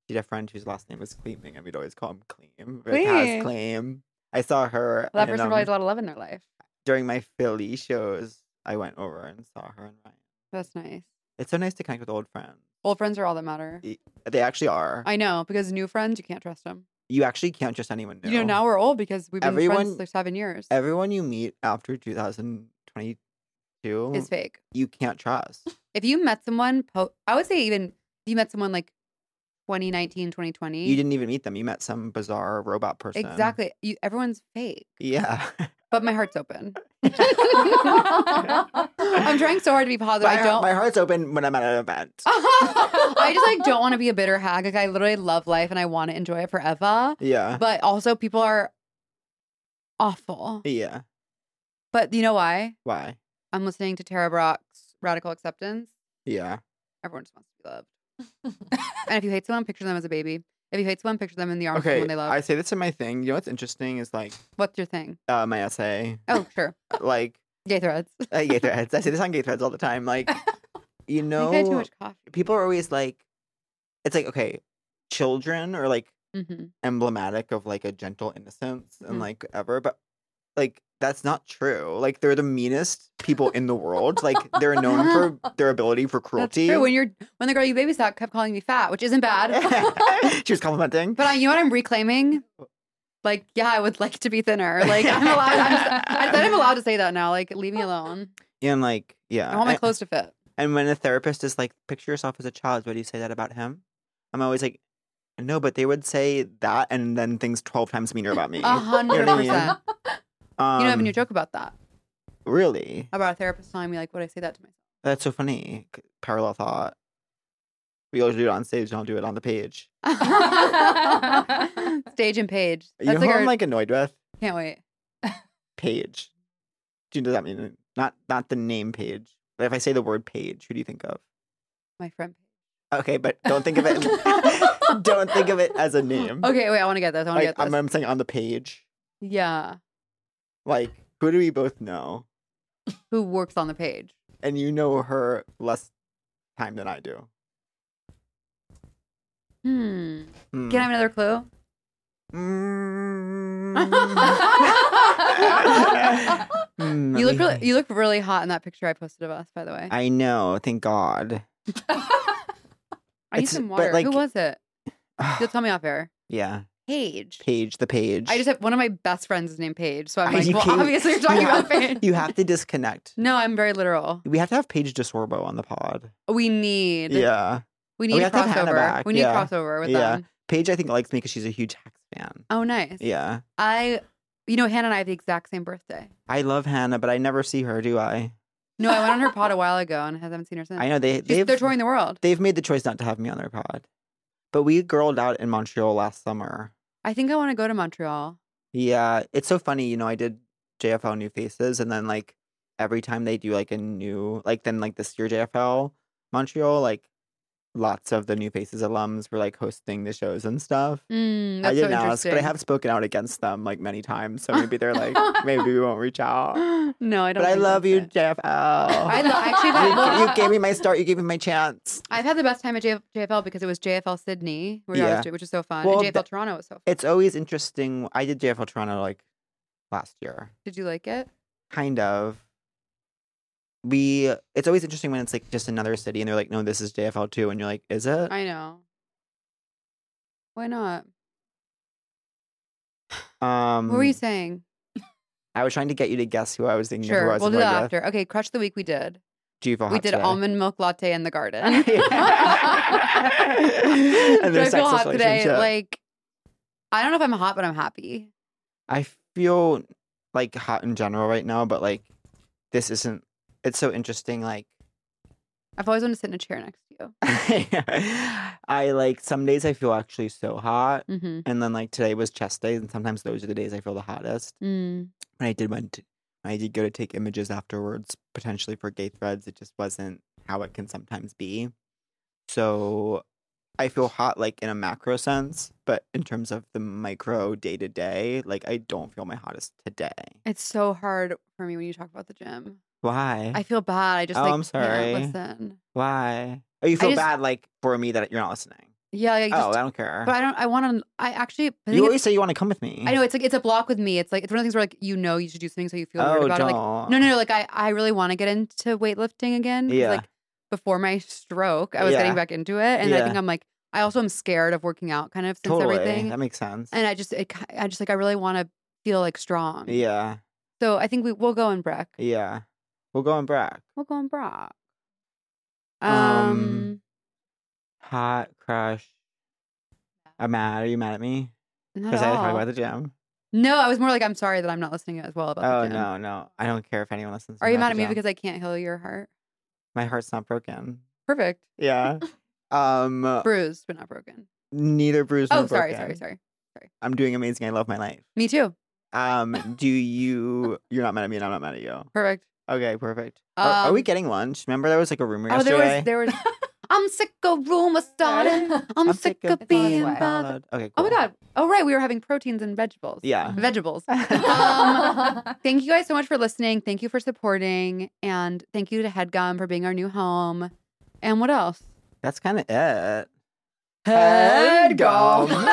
[SPEAKER 3] she had a friend whose last name was Cleaming and we'd always call him Cleam. Like, "How's
[SPEAKER 2] Cleam."
[SPEAKER 3] Cleam. I saw her
[SPEAKER 2] that
[SPEAKER 3] in,
[SPEAKER 2] person
[SPEAKER 3] um,
[SPEAKER 2] probably has a lot of love in their life.
[SPEAKER 3] during my Philly shows. I went over and saw her and Ryan.
[SPEAKER 2] That's nice.
[SPEAKER 3] It's so nice to connect with old friends.
[SPEAKER 2] Old friends are all that matter.
[SPEAKER 3] Y- They actually are.
[SPEAKER 2] I know because new friends, you can't trust them.
[SPEAKER 3] you actually can't trust anyone new.
[SPEAKER 2] You know, now we're old because we've been
[SPEAKER 3] Everyone-
[SPEAKER 2] friends for seven years.
[SPEAKER 3] everyone you meet after 2022
[SPEAKER 2] Is fake.
[SPEAKER 3] You can't trust.
[SPEAKER 2] If you met someone, po- I would say even if you met someone like 2019, 2020.
[SPEAKER 3] You didn't even meet them. You met some bizarre robot person.
[SPEAKER 2] Exactly. You, everyone's fake.
[SPEAKER 3] Yeah.
[SPEAKER 2] But my heart's open. I'm trying so hard to be positive.
[SPEAKER 3] my,
[SPEAKER 2] I
[SPEAKER 3] heart-
[SPEAKER 2] don't. Oh,
[SPEAKER 3] my heart's open when I'm at an event.
[SPEAKER 2] I just like don't want to be a bitter hag. Like I literally love life and I want to enjoy it forever.
[SPEAKER 3] Yeah.
[SPEAKER 2] But also people are awful.
[SPEAKER 3] yeah.
[SPEAKER 2] But you know why?
[SPEAKER 3] Why?
[SPEAKER 2] I'm listening to Tara Brock's Radical Acceptance.
[SPEAKER 3] Yeah.
[SPEAKER 2] Everyone just wants to be loved. and if you hate someone, picture them as a baby. If you hate someone, picture them in the arms of
[SPEAKER 3] Okay.
[SPEAKER 2] someone they love.
[SPEAKER 3] I say this in my thing. You know what's interesting is like
[SPEAKER 2] What's your thing?
[SPEAKER 3] uh, my essay.
[SPEAKER 2] Oh, sure.
[SPEAKER 3] like
[SPEAKER 2] Gay threads.
[SPEAKER 3] uh, gay threads. I say this on gay threads all the time. Like, you
[SPEAKER 2] I
[SPEAKER 3] know,
[SPEAKER 2] think I had too much coffee.
[SPEAKER 3] people are always like, it's like okay, children are like
[SPEAKER 2] Mm-hmm.
[SPEAKER 3] emblematic of like a gentle innocence and
[SPEAKER 2] Mhm.
[SPEAKER 3] like ever, but like that's not true. Like they're the meanest people in the world. Like they're known for their ability for
[SPEAKER 2] That's
[SPEAKER 3] cruelty.
[SPEAKER 2] true. When you're when the girl you babysat kept calling me fat, which isn't bad,
[SPEAKER 3] she was complimenting.
[SPEAKER 2] but I, you know what I'm reclaiming? Like, yeah, I would like to be thinner. Like, I'm allowed. I'm, just- I said I'm allowed to say that now. Like, leave me alone.
[SPEAKER 3] and like, yeah.
[SPEAKER 2] I want my
[SPEAKER 3] and-
[SPEAKER 2] clothes to fit.
[SPEAKER 3] And when a therapist is like, picture yourself as a child, would you say that about him? I'm always like, no, but they would say that and then things 12 times meaner about me.
[SPEAKER 2] A hundred
[SPEAKER 3] You know what I mean?
[SPEAKER 2] percent. You don't have a
[SPEAKER 3] Um,
[SPEAKER 2] new joke about that.
[SPEAKER 3] Really?
[SPEAKER 2] About a therapist telling me like, would I say that to myself?
[SPEAKER 3] That's so funny. C- Parallel thought. We always do it on stage, and I'll do it on the page.
[SPEAKER 2] Stage and page.
[SPEAKER 3] You
[SPEAKER 2] That's
[SPEAKER 3] know
[SPEAKER 2] like,
[SPEAKER 3] who
[SPEAKER 2] our,
[SPEAKER 3] I'm like annoyed with?
[SPEAKER 2] can't wait.
[SPEAKER 3] Page. Do you know what that mean? Not not the name page. But if I say the word page, who do you think of?
[SPEAKER 2] My friend.
[SPEAKER 3] Okay, but don't think of it. don't think of it as a name.
[SPEAKER 2] Okay, wait. I want to get this. I want
[SPEAKER 3] Mm-hmm.
[SPEAKER 2] to
[SPEAKER 3] Like,
[SPEAKER 2] get this.
[SPEAKER 3] I'm, I'm saying on the page.
[SPEAKER 2] yeah.
[SPEAKER 3] Like, who do we both know?
[SPEAKER 2] Who works on the page?
[SPEAKER 3] And you know her less time than I do.
[SPEAKER 2] Hmm.
[SPEAKER 3] Hmm.
[SPEAKER 2] Can I have another clue?
[SPEAKER 3] Mm. Hmm,
[SPEAKER 2] you
[SPEAKER 3] let me
[SPEAKER 2] look really,
[SPEAKER 3] think.
[SPEAKER 2] you look really hot in that picture I posted of us, by the way.
[SPEAKER 3] I know. Thank God.
[SPEAKER 2] I need
[SPEAKER 3] it's-
[SPEAKER 2] some
[SPEAKER 3] but,
[SPEAKER 2] water.
[SPEAKER 3] like-
[SPEAKER 2] Who was it? You'll tell me off air.
[SPEAKER 3] Yeah.
[SPEAKER 2] Paige.
[SPEAKER 3] Page the page.
[SPEAKER 2] I just have one of my best friends is named Paige, so I'm like,
[SPEAKER 3] You
[SPEAKER 2] well,
[SPEAKER 3] can't-
[SPEAKER 2] obviously you're talking
[SPEAKER 3] you have-
[SPEAKER 2] about Paige.
[SPEAKER 3] You have to disconnect.
[SPEAKER 2] No, I'm very literal.
[SPEAKER 3] We have to have Paige DeSorbo on the pod.
[SPEAKER 2] We need.
[SPEAKER 3] Yeah.
[SPEAKER 2] We
[SPEAKER 3] And
[SPEAKER 2] need a
[SPEAKER 3] have to have Hannah
[SPEAKER 2] crossover.
[SPEAKER 3] back,
[SPEAKER 2] We need a
[SPEAKER 3] yeah.
[SPEAKER 2] crossover with
[SPEAKER 3] yeah.
[SPEAKER 2] them.
[SPEAKER 3] Paige, I think, likes me because she's a huge Hacks fan.
[SPEAKER 2] Oh, nice.
[SPEAKER 3] Yeah.
[SPEAKER 2] I, you know, Hannah and I have the exact same birthday.
[SPEAKER 3] I love Hannah, but I never see her, do I?
[SPEAKER 2] No, I went on her pod a while ago and haven't seen her since.
[SPEAKER 3] I know they,
[SPEAKER 2] She's-
[SPEAKER 3] they've,
[SPEAKER 2] they're touring the world.
[SPEAKER 3] they've made the choice not to have me on their pod. But we girled out in Montreal last summer.
[SPEAKER 2] I think I want to go to Montreal.
[SPEAKER 3] Yeah, it's so funny. You know, I did JFL New Faces, and then like every time they do like a new like then like this year JFL Montreal like lots of the New Faces alums were like hosting the shows and stuff.
[SPEAKER 2] Mm,
[SPEAKER 3] I
[SPEAKER 2] that's so
[SPEAKER 3] didn't ask, but I
[SPEAKER 2] interesting.
[SPEAKER 3] have spoken out against them like many times, so maybe they're like maybe we won't reach out.
[SPEAKER 2] no, I don't.
[SPEAKER 3] But I
[SPEAKER 2] think
[SPEAKER 3] love
[SPEAKER 2] that's
[SPEAKER 3] you,
[SPEAKER 2] it.
[SPEAKER 3] JFL. I
[SPEAKER 2] lo- actually, that-
[SPEAKER 3] you, you gave me my start. You gave me my chance.
[SPEAKER 2] I've had the best time at J- JFL because it was JFL Sydney, where I
[SPEAKER 3] Yeah.
[SPEAKER 2] was- which is so fun.
[SPEAKER 3] Well,
[SPEAKER 2] and JFL
[SPEAKER 3] that-
[SPEAKER 2] Toronto was so fun.
[SPEAKER 3] It's always interesting. I did JFL Toronto like last year.
[SPEAKER 2] Did you like it?
[SPEAKER 3] kind of we it's always interesting when it's like just another city and they're like no this is jfl too and you're like is it
[SPEAKER 2] I know. Why not?
[SPEAKER 3] um
[SPEAKER 2] What were you saying?
[SPEAKER 3] i was trying to get you to guess who i was thinking of who
[SPEAKER 2] Sure,
[SPEAKER 3] I was
[SPEAKER 2] we'll do that
[SPEAKER 3] annoyed with.
[SPEAKER 2] after. Okay, crush the week we did.
[SPEAKER 3] Do you feel
[SPEAKER 2] we
[SPEAKER 3] hot
[SPEAKER 2] did
[SPEAKER 3] today?
[SPEAKER 2] almond milk latte in the garden. Do
[SPEAKER 3] and their
[SPEAKER 2] I feel
[SPEAKER 3] sexless
[SPEAKER 2] hot today.
[SPEAKER 3] relationship.
[SPEAKER 2] Like, I don't know if I'm hot, but I'm happy.
[SPEAKER 3] i feel like hot in general right now but like this isn't it's so interesting like
[SPEAKER 2] I've always wanted to sit in a chair next to you.
[SPEAKER 3] i like some days i feel actually so hot
[SPEAKER 2] Mhm.
[SPEAKER 3] and then like today was chest day and sometimes those are the days i feel the hottest
[SPEAKER 2] Mm.
[SPEAKER 3] when I did went, when I did go to take images afterwards, potentially for gay threads. It just wasn't how it can sometimes be. So I feel hot, like in a macro sense, but in terms of the micro day to day, like I don't feel my hottest today.
[SPEAKER 2] It's so hard for me when you talk about the gym.
[SPEAKER 3] Why?
[SPEAKER 2] I feel bad. I just
[SPEAKER 3] Mm. Oh,
[SPEAKER 2] like
[SPEAKER 3] I'm sorry.
[SPEAKER 2] can't listen.
[SPEAKER 3] Why? Oh, you feel
[SPEAKER 2] just-
[SPEAKER 3] bad, like for me that you're not listening.
[SPEAKER 2] Yeah, like, I
[SPEAKER 3] oh,
[SPEAKER 2] just-
[SPEAKER 3] I don't care.
[SPEAKER 2] But I don't. I want to. I actually. I think
[SPEAKER 3] you
[SPEAKER 2] it's-
[SPEAKER 3] always say you want to come with me.
[SPEAKER 2] I know it's like it's a block with me. It's like it's one of the things where like you know you should do something so you feel weird
[SPEAKER 3] Oh,
[SPEAKER 2] about it. Like no, no, no. Like I, I really want to get into weightlifting again. 'cause,
[SPEAKER 3] Yeah.
[SPEAKER 2] Like before my stroke, I was
[SPEAKER 3] Yeah.
[SPEAKER 2] getting back into it, and I
[SPEAKER 3] Yeah.
[SPEAKER 2] think I'm like I also am scared of working out kind of since
[SPEAKER 3] totally.
[SPEAKER 2] everything.
[SPEAKER 3] That makes sense.
[SPEAKER 2] and I just it, ki- I just like I really want to feel like strong.
[SPEAKER 3] Yeah,
[SPEAKER 2] So I think we we'll go in Breck.
[SPEAKER 3] yeah. We'll go on Brack.
[SPEAKER 2] We'll go in Brock.
[SPEAKER 3] Um,
[SPEAKER 2] Um,
[SPEAKER 3] Hot crush. I'm mad. Are you mad at me?
[SPEAKER 2] Not
[SPEAKER 3] Because
[SPEAKER 2] at
[SPEAKER 3] I had to talk
[SPEAKER 2] all.
[SPEAKER 3] about the gym.
[SPEAKER 2] no, I was more like I'm sorry that I'm not listening as well about.
[SPEAKER 3] oh
[SPEAKER 2] the gym.
[SPEAKER 3] no, no. I don't care if anyone listens.
[SPEAKER 2] Are you mad at me because I can't heal your heart?
[SPEAKER 3] my heart's not broken?
[SPEAKER 2] Perfect.
[SPEAKER 3] Yeah. um.
[SPEAKER 2] Bruised but not broken.
[SPEAKER 3] Neither bruised.
[SPEAKER 2] oh,
[SPEAKER 3] nor
[SPEAKER 2] sorry, sorry,
[SPEAKER 3] broken.
[SPEAKER 2] sorry.
[SPEAKER 3] I'm doing amazing. I love my life.
[SPEAKER 2] Me too.
[SPEAKER 3] Um. Do you? You're not mad at me, and I'm not mad at you.
[SPEAKER 2] Perfect.
[SPEAKER 3] Okay. Perfect. are, are we
[SPEAKER 2] Um,
[SPEAKER 3] getting lunch? Remember there was like a rumor yesterday.
[SPEAKER 2] Oh, there was there was. I'm sick of rumor starting. I'm, sick, of being bothered.
[SPEAKER 3] Okay.
[SPEAKER 2] Oh
[SPEAKER 3] Cool.
[SPEAKER 2] my god! Oh right, we were having proteins and vegetables.
[SPEAKER 3] Yeah.
[SPEAKER 2] vegetables. um, thank you guys so much for listening. Thank you for supporting, and thank you to HeadGum for being our new home. And what else?
[SPEAKER 3] That's kind of it.
[SPEAKER 2] Head
[SPEAKER 3] gum.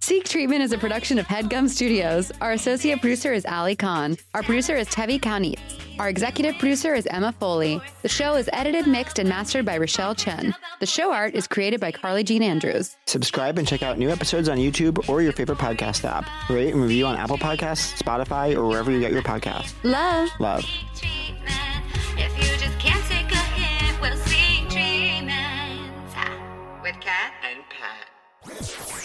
[SPEAKER 9] Seek Treatment is a production of Headgum Studios. Our associate producer is Ali Khan. Our producer is Tevi Kaunis. Our executive producer is Emma Foley. The show is edited, mixed, and mastered by Rochelle Chen. The show art is created by Carly Jean Andrews.
[SPEAKER 3] Subscribe and check out new episodes on YouTube or your favorite podcast app. Rate and review on Apple Podcasts, Spotify, or wherever you get your podcasts.
[SPEAKER 9] Love.
[SPEAKER 3] Love.
[SPEAKER 1] If you just can't take a hint, we'll Ah. seek treatment. With Cat and Pat.